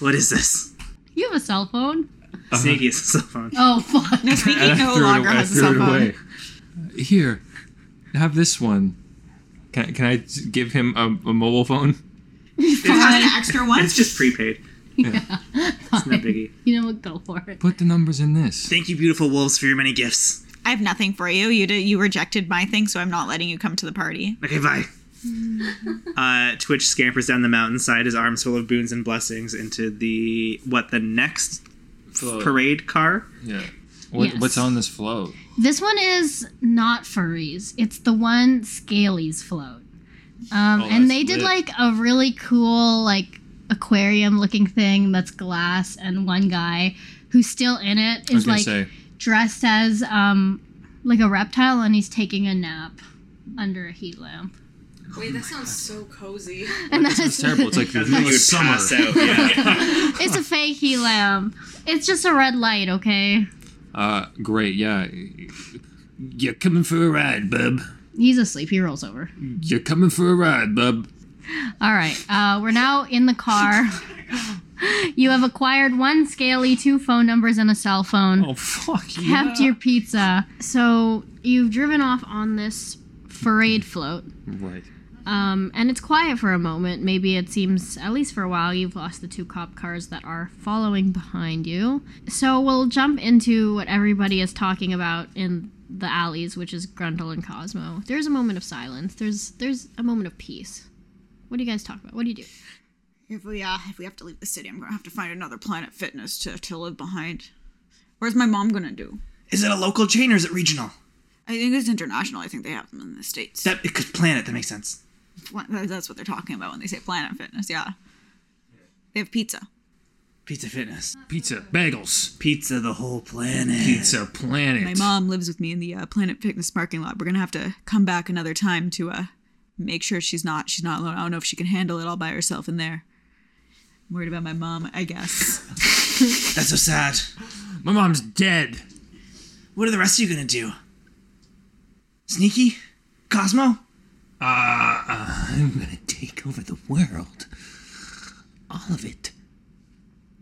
What is this?
You have a cell phone?
Sneaky is a cell phone.
Oh [LAUGHS] fuck!
I
[LAUGHS] Speaking no
threw it
longer
away- I
has a
threw
cell
it
phone.
away. Here, have this one. Can I, can I give him a, a mobile phone?
Have an extra one.
It's just prepaid. It's no biggie.
You know what? Go for it.
Put the numbers in this.
Thank you, beautiful wolves, for your many gifts.
I have nothing for you. You did, you rejected my thing, so I'm not letting you come to the party.
Okay, bye. Uh, Twitch scampers down the mountainside, his arms full of boons and blessings, into the what the next parade car.
Yeah. What,
Yes.
What's on this float?
This one is not furries. It's the one Scaley's float. Um,
Oh,
and
that's
they did
lit.
like a really cool like aquarium looking thing that's glass and one guy who's still in it
I was
is
gonna
like [LAUGHS]
say.
dressed as um like a reptile and he's taking a nap under a heat lamp.
Wait, that sounds so cozy.
and [LAUGHS]
It's Oh, terrible. It's like the
That's when
middle
you
of
would
summer.
pass out. Yeah.
it's a fake heat lamp. It's just a red light, okay?
Uh, great. Yeah. You're coming for a ride, bub.
He's asleep. He rolls over.
You're coming for a ride, bub.
All right. Uh, we're now in the car. you have acquired one scaly, two phone numbers, and a cell phone.
Oh fuck you.
kept your pizza. So you've driven off on this parade float,
Right.
um, and it's quiet for a moment. Maybe it seems, at least for a while, you've lost the two cop cars that are following behind you. So we'll jump into what everybody is talking about in the alleys, which is Grundle and Cosmo. There's a moment of silence. There's there's a moment of peace. What do you guys talk about? What do you do?
If we uh, if we have to leave the city, I'm gonna have to find another Planet Fitness to to live behind. Where's my mom gonna do?
[LAUGHS] Is it a local chain or is it regional?
I think it's international. I think they have them in the states.
That it could planet. That makes sense.
Pla- That's what they're talking about when they say Planet Fitness. Yeah, they have pizza.
Pizza Fitness.
Pizza bagels.
Pizza the whole planet.
Pizza planet.
My mom lives with me in the uh, Planet Fitness parking lot. We're gonna have to come back another time to uh, make sure she's not she's not alone. I don't know if she can handle it all by herself in there. I'm worried about my mom. I guess.
That's so sad.
My mom's dead.
What are the rest of you gonna do? Sneaky? Cosmo?
I'm gonna take over the world. All of it.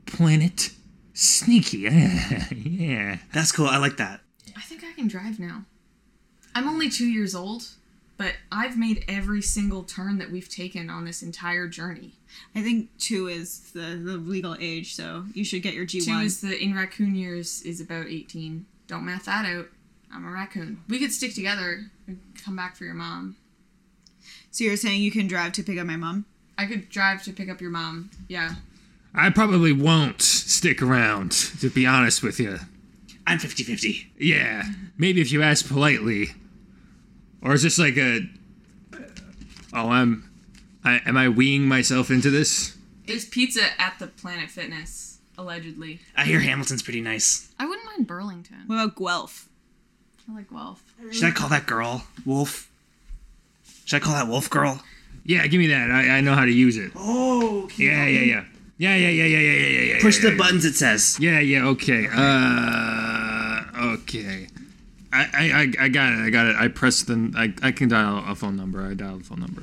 Planet. Sneaky. [LAUGHS] Yeah. yeah.
That's cool. I like that.
I think I can drive now. I'm only two years old, but I've made every single turn that we've taken on this entire journey.
I think two is the, the legal age, so you should get your G
Two is the in raccoon years is about 18. Don't math that out. I'm a raccoon. We could stick together and come back for your mom.
So you're saying you can drive to pick up my mom?
I could drive to pick up your mom. Yeah.
I probably won't stick around, to be honest with you.
I'm 50 50.
Yeah. Maybe if you ask politely. Or is this like a. Oh, I'm. I, am I weeing myself into this?
There's pizza at the Planet Fitness, allegedly.
I hear Hamilton's pretty nice.
I wouldn't mind Burlington.
What about Guelph?
I like Guelph.
Should I call that girl Wolf? Should I call that Wolf Girl?
Yeah, give me that. I, I know how to use it.
Oh, okay.
Yeah, yeah, yeah. Yeah, yeah, yeah, yeah, yeah, yeah, yeah, yeah.
Push
yeah,
the
yeah.
buttons, it says.
Yeah, yeah, okay. Uh, okay. I, I, I- I got it. I got it. I pressed the. I, I can dial a phone number. I dialed a phone number.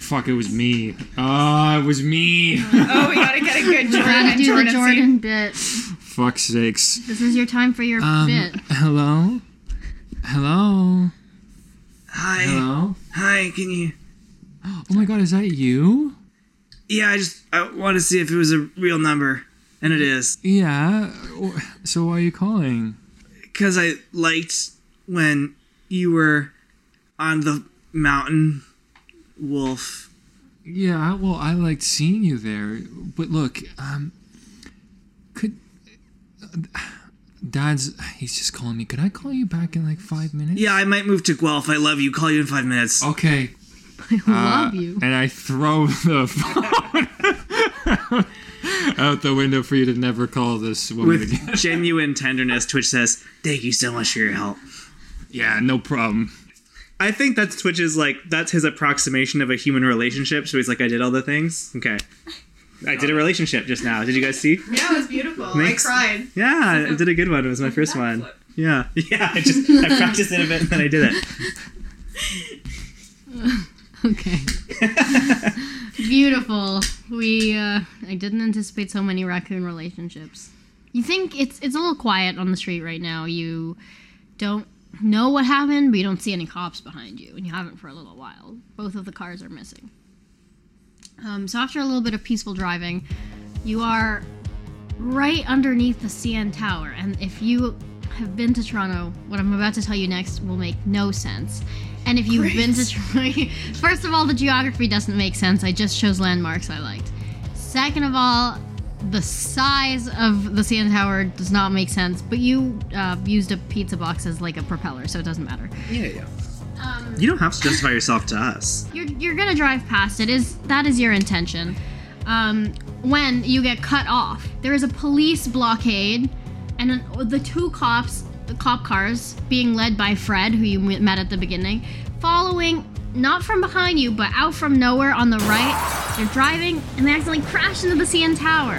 Fuck! It was me. Ah, it was me.
Oh, we gotta get a good
Gotta do the Jordan bit.
Fuck's sakes.
This is your time for your bit. [LAUGHS]
Hello. Hello.
Hi.
Hello.
Hi, can you?
Oh my god, is that you?
Yeah, I just I want to see if it was a real number. And it is.
Yeah. wh- So why are you calling?
Because I liked when you were on the mountain, Wolf.
Yeah, well, I liked seeing you there, but look, um, could Dad's? He's just calling me. Could I call you back in like five minutes?
Yeah, I might move to Guelph. I love you. Call you in five minutes.
Okay.
Love you.
[LAUGHS] And I throw the [LAUGHS] phone out the window for you to never call this woman again.
[LAUGHS] With genuine tenderness, Twitch says, "Thank you so much for your help."
Yeah, no problem.
I think that's Twitch's like that's his approximation of a human relationship. So he's like, "I did all the things." Okay, I did a relationship just now. Did you guys see?
Yeah, it was beautiful.
Thanks.
I cried.
Yeah, I did a good one. It was my first one. Yeah, [LAUGHS] yeah. I just I practiced it a bit and then I did it.
Okay. [LAUGHS] Beautiful. We uh, I didn't anticipate so many raccoon relationships. You think it's it's a little quiet on the street right now. You don't know what happened, but you don't see any cops behind you, and you haven't for a little while. Both of the cars are missing. Um, so after a little bit of peaceful driving, you are right underneath the CN Tower, and if you have been to Toronto, what I'm about to tell you next will make no sense. And if you've been to Toronto, [LAUGHS] first of all, the geography doesn't make sense. I just chose landmarks I liked. Second of all, the size of the CN Tower does not make sense, but you uh, used a pizza box as like a propeller, so it doesn't matter.
You don't have to justify yourself to us.
You're, you're gonna drive past it. Is that is your intention? Um, when you get cut off, there is a police blockade, and an, the two cops, the cop cars, being led by Fred, who you m- met at the beginning, following not from behind you but out from nowhere on the right. They're driving and they accidentally crash into the CN Tower,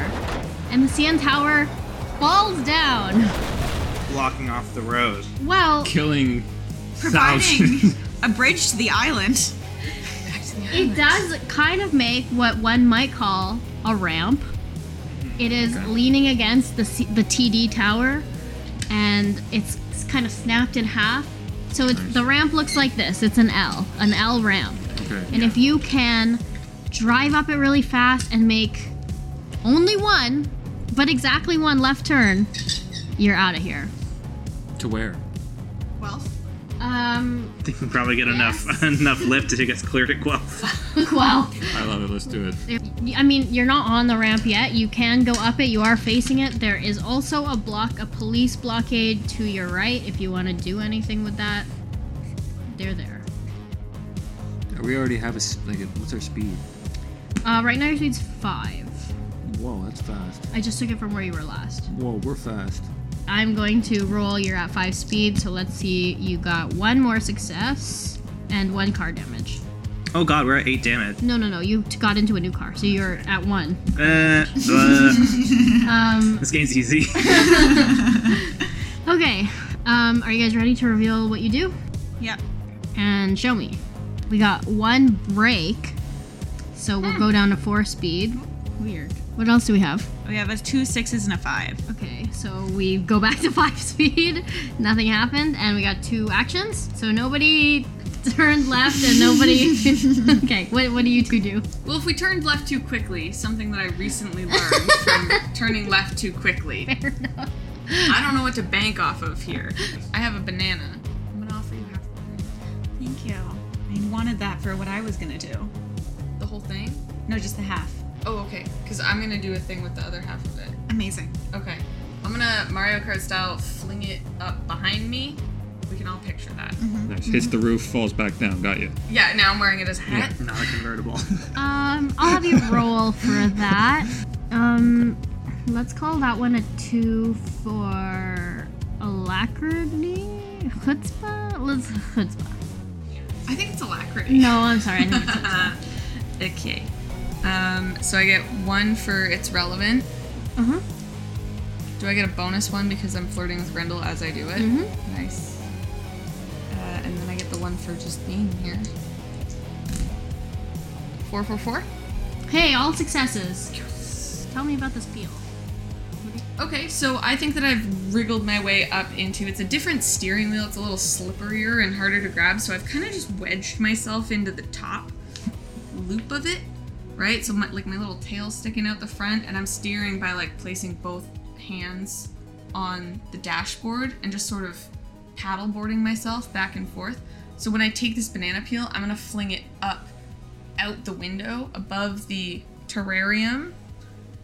and the CN Tower falls down.
Blocking off the road.
Well,
Killing
Providing
thousands.
a bridge to the island.
It does kind of make what one might call a ramp. It is leaning against the, C- the TD tower and it's s- kind of snapped in half. So it's, the ramp looks like this it's an L, an L ramp.
Okay.
And if you can drive up it really fast and make only one, but exactly one left turn, you're out of here.
to where?
Well,
Um,
I think we probably get enough [LAUGHS] enough lift to get us cleared at Guelph.
well,
I love it. Let's do it.
I mean, you're not on the ramp yet. You can go up it. You are facing it. There is also a block, a police blockade to your right if you want to do anything with that. They're there.
We already have a s- like. A, what's our speed?
Uh, right now, your speed's five.
Whoa, that's fast.
I just took it from where you were last.
Whoa, we're fast.
I'm going to roll. You're at five speed, so let's see. You got one more success and one car damage.
Oh god, we're at eight damage.
No, no, no. You t- got into a new car, so you're at one.
Uh, uh,
Um,
this game's easy. [LAUGHS]
okay. Um, are you guys ready to reveal what you do?
yeah.
and show me. We got one break, so we'll go down to four speed. Weird. What else do we have?
We have a two sixes and a five.
Okay, so we go back to [LAUGHS] five speed. Nothing happened, and we got two actions. So nobody [LAUGHS] turned left, and [LAUGHS] nobody. okay, what, what do you two do? [LAUGHS]
Well, if we turned left too quickly, something that I recently learned from turning left too quickly,
Fair enough.
I don't know what to bank off of here. I have a banana. I'm gonna offer you half
Thank you. I wanted that for what I was gonna do.
the whole thing.
No, just the half.
Oh, okay. Because I'm gonna do a thing with the other half of it.
Amazing.
Okay. I'm gonna Mario Kart style fling it up behind me. We can all picture that.
Nice. Hits the roof, falls back down. Got you.
Yeah, now I'm wearing it as a hat.
Not a convertible.
Um, I'll have you roll for that. Um, let's call that one a two for alacrity, chutzpah. Let's chutzpah.
I think it's alacrity.
No, I'm sorry. I think it's uh
okay. Um, so I get one for it's relevant.
huh.
Do I get a bonus one because I'm flirting with Grendel as I do it?
Mhm.
Nice. Uh, and then I get the one for just being here. Four, four, four.
Hey, all successes. Tell me about this peel.
Okay, so I think that I've wriggled my way up into it's a different steering wheel. It's a little slipperier and harder to grab, so I've kind of just wedged myself into the top loop of it, right? So my, like my little tail sticking out the front, and I'm steering by like placing both hands on the dashboard and just sort of paddleboarding myself back and forth. So when I take this banana peel, I'm gonna fling it up out the window above the terrarium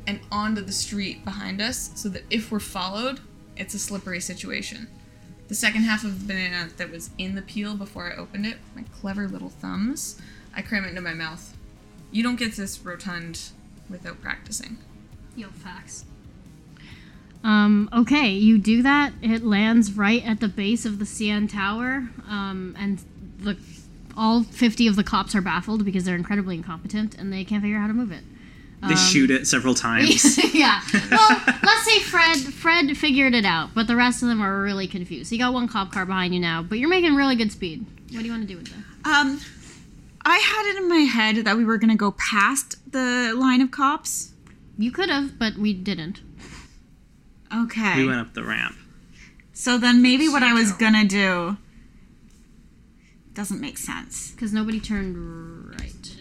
and onto the street behind us so that if we're followed, it's a slippery situation. The second half of the banana that was in the peel before I opened it, my clever little thumbs, I cram it into my mouth. You don't get this rotund without practicing.
Yo, facts. Um, okay, you do that. It lands right at the base of the CN Tower, um, and the all 50 of the cops are baffled because they're incredibly incompetent and they can't figure out how to move it.
they shoot it several times.
[LAUGHS] yeah. Well, let's say Fred Fred figured it out, but the rest of them are really confused. You got one cop car behind you now, but you're making really good speed. What do you want to do with that?
Um, I had it in my head that we were gonna go past the line of cops.
You could have, but we didn't.
Okay.
we went up the ramp.
so then maybe what I was gonna do doesn't make sense.
Because nobody turned right.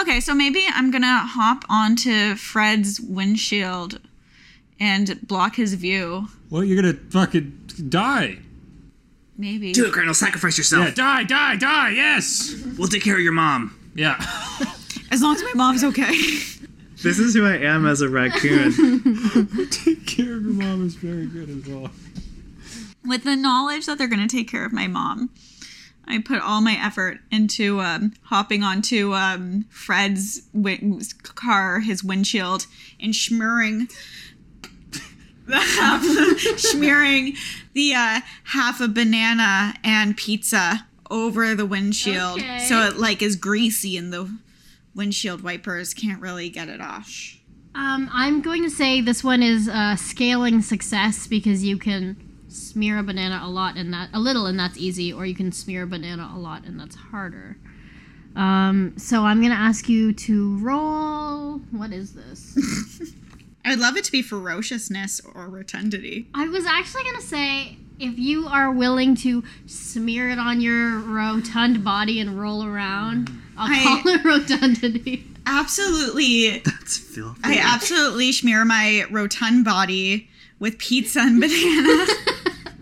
Okay, so maybe I'm gonna hop onto Fred's windshield and block his view.
Well, you're gonna fucking die.
Maybe.
Do it, Colonel. Sacrifice yourself.
Yeah, die, die, die. Yes.
We'll take care of your mom.
Yeah. [LAUGHS]
As long as my mom's okay.
[LAUGHS]
This is who I am as a raccoon.
Take care of your mom is very good as well.
With the knowledge that they're gonna take care of my mom, I put all my effort into um, hopping onto um, Fred's win- car, his windshield, and [LAUGHS] smearing. smearing the uh, half a banana and pizza over the windshield
Okay.
so it like is greasy and the windshield wipers can't really get it off
Um, I'm going to say this one is uh, scaling success because you can smear a banana a lot and that a little and that's easy, or you can smear a banana a lot and that's harder. Um, so I'm gonna ask you to roll. What is this?
I would love it to be ferociousness or rotundity.
I was actually gonna say if you are willing to smear it on your rotund body and roll around, I'll
I-
call it rotundity. [LAUGHS]
Absolutely.
[LAUGHS] That's filthy.
I uh, absolutely smear my rotund body with pizza and [LAUGHS] banana.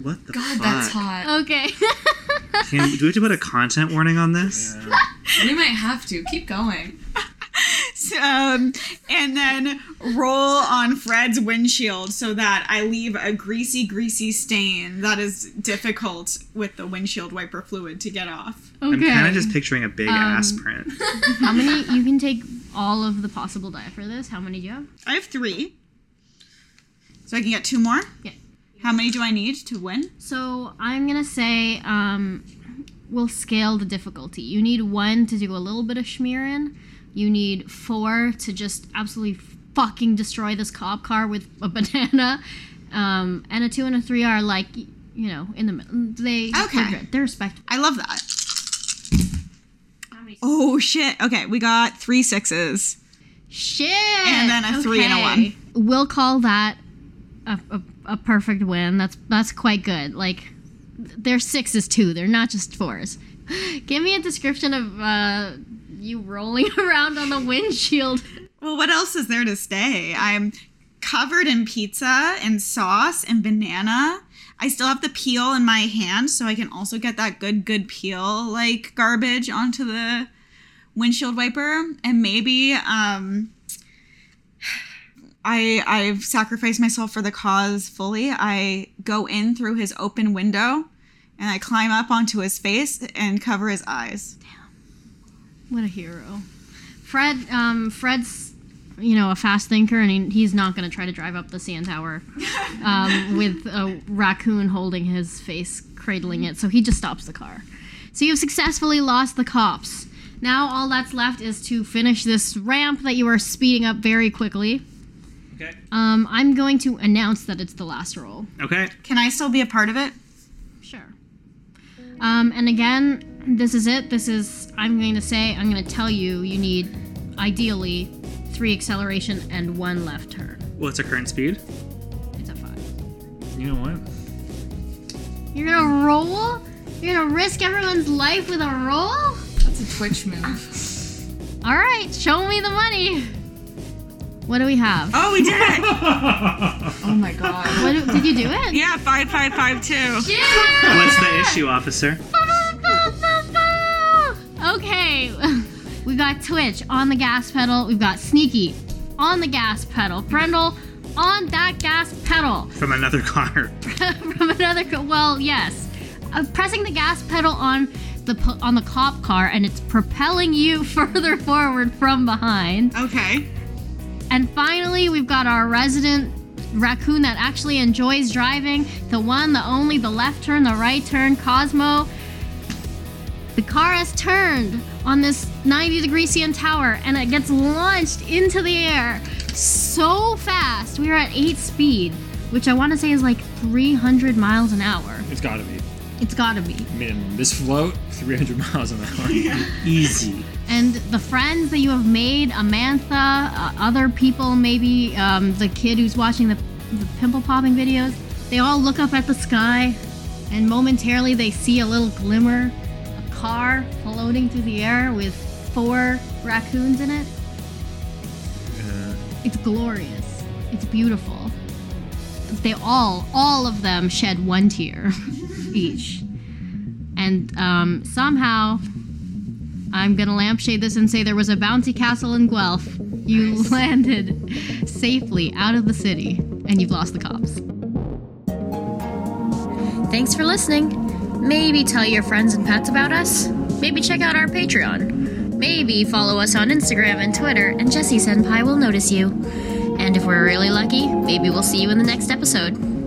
what the
God,
fuck?
that's hot.
Okay.
Can, do we have to put a content warning on this?
We might have to. Keep going.
um, and then roll on Fred's windshield so that I leave a greasy, greasy stain that is difficult with the windshield wiper fluid to get off.
okay.
I'm kind of just picturing a big ass print.
How many? You can take all of the possible die for this. How many do you have?
I have three. So I can get two more?
Yeah.
How many do I need to win?
So I'm gonna say um, we'll scale the difficulty. You need one to do a little bit of schmearing. You need four to just absolutely fucking destroy this cop car with a [LAUGHS] banana. Um, and a two and a three are like, y- you know, in the middle. They
Okay.
they're, good. they're respectable.
I love that.
many-
Oh shit. Okay, we got three sixes.
Shit.
And then a three and a one.
We'll call that a, a, a perfect win. That's that's quite good. Like they're sixes too. They're not just fours. [LAUGHS] Give me a description of uh, you rolling [LAUGHS] around on the windshield.
Well, what else is there to say? I'm covered in pizza and sauce and banana. I still have the peel in my hand, so I can also get that good, good peel like garbage onto the windshield wiper. And maybe um, I I've sacrificed myself for the cause fully. I go in through his open window, and I climb up onto his face and cover his eyes.
What a hero, Fred. Um, Fred's you know a fast thinker, and he, he's not going to try to drive up the sand tower um, with a raccoon holding his face, cradling it. So he just stops the car. So you've successfully lost the cops. Now all that's left is to finish this ramp that you are speeding up very quickly.
Okay.
Um, I'm going to announce that it's the last roll.
Okay.
Can I still be a part of it?
Sure. Um, and again, this is it. This is, I'm going to say, I'm going to tell you, you need ideally three acceleration and one left turn.
What's our current [LAUGHS] speed?
It's a five.
You know what?
You're going to roll? You're going to risk everyone's life with a roll?
That's a Twitch move.
All right, show me the money. What do we have?
Oh, we did it! [LAUGHS]
Oh my god.
What, did you do it?
yeah, five, five, five, two.
Yeah!
What's the issue, officer?
Okay, [LAUGHS] we got Twitch on the gas pedal. We've got Sneaky on the gas pedal. Brendel on that gas pedal [LAUGHS]
From another car.
from another. Co- well, yes, uh, pressing the gas pedal on the po- on the cop car, and it's propelling you [LAUGHS] further forward from behind.
Okay.
And finally, we've got our resident raccoon that actually enjoys driving the one, the only, the left turn, the right turn, Cosmo. The car has turned on this 90 degree CN tower and it gets launched into the air so fast. We are at 8 speed, which I want to say is like 300 miles an hour.
It's gotta be
It's gotta be.
minimum. This float, 300 miles an hour. [LAUGHS]
Easy.
and the friends that you have made, Amantha, uh, other people, maybe um, the kid who's watching the, the pimple popping videos, they all look up at the sky and momentarily they see a little glimmer, a car floating through the air with four raccoons in it. It's glorious. It's beautiful. They all, all of them shed one tear [LAUGHS] each. And um, somehow, I'm gonna lampshade this and say there was a bouncy castle in Guelph. You [LAUGHS] landed safely out of the city, and you've lost the cops. Thanks for listening. Maybe tell your friends and pets about us. Maybe check out our Patreon. Maybe follow us on Instagram and Twitter, and Jesse Senpai will notice you. And if we're really lucky, maybe we'll see you in the next episode.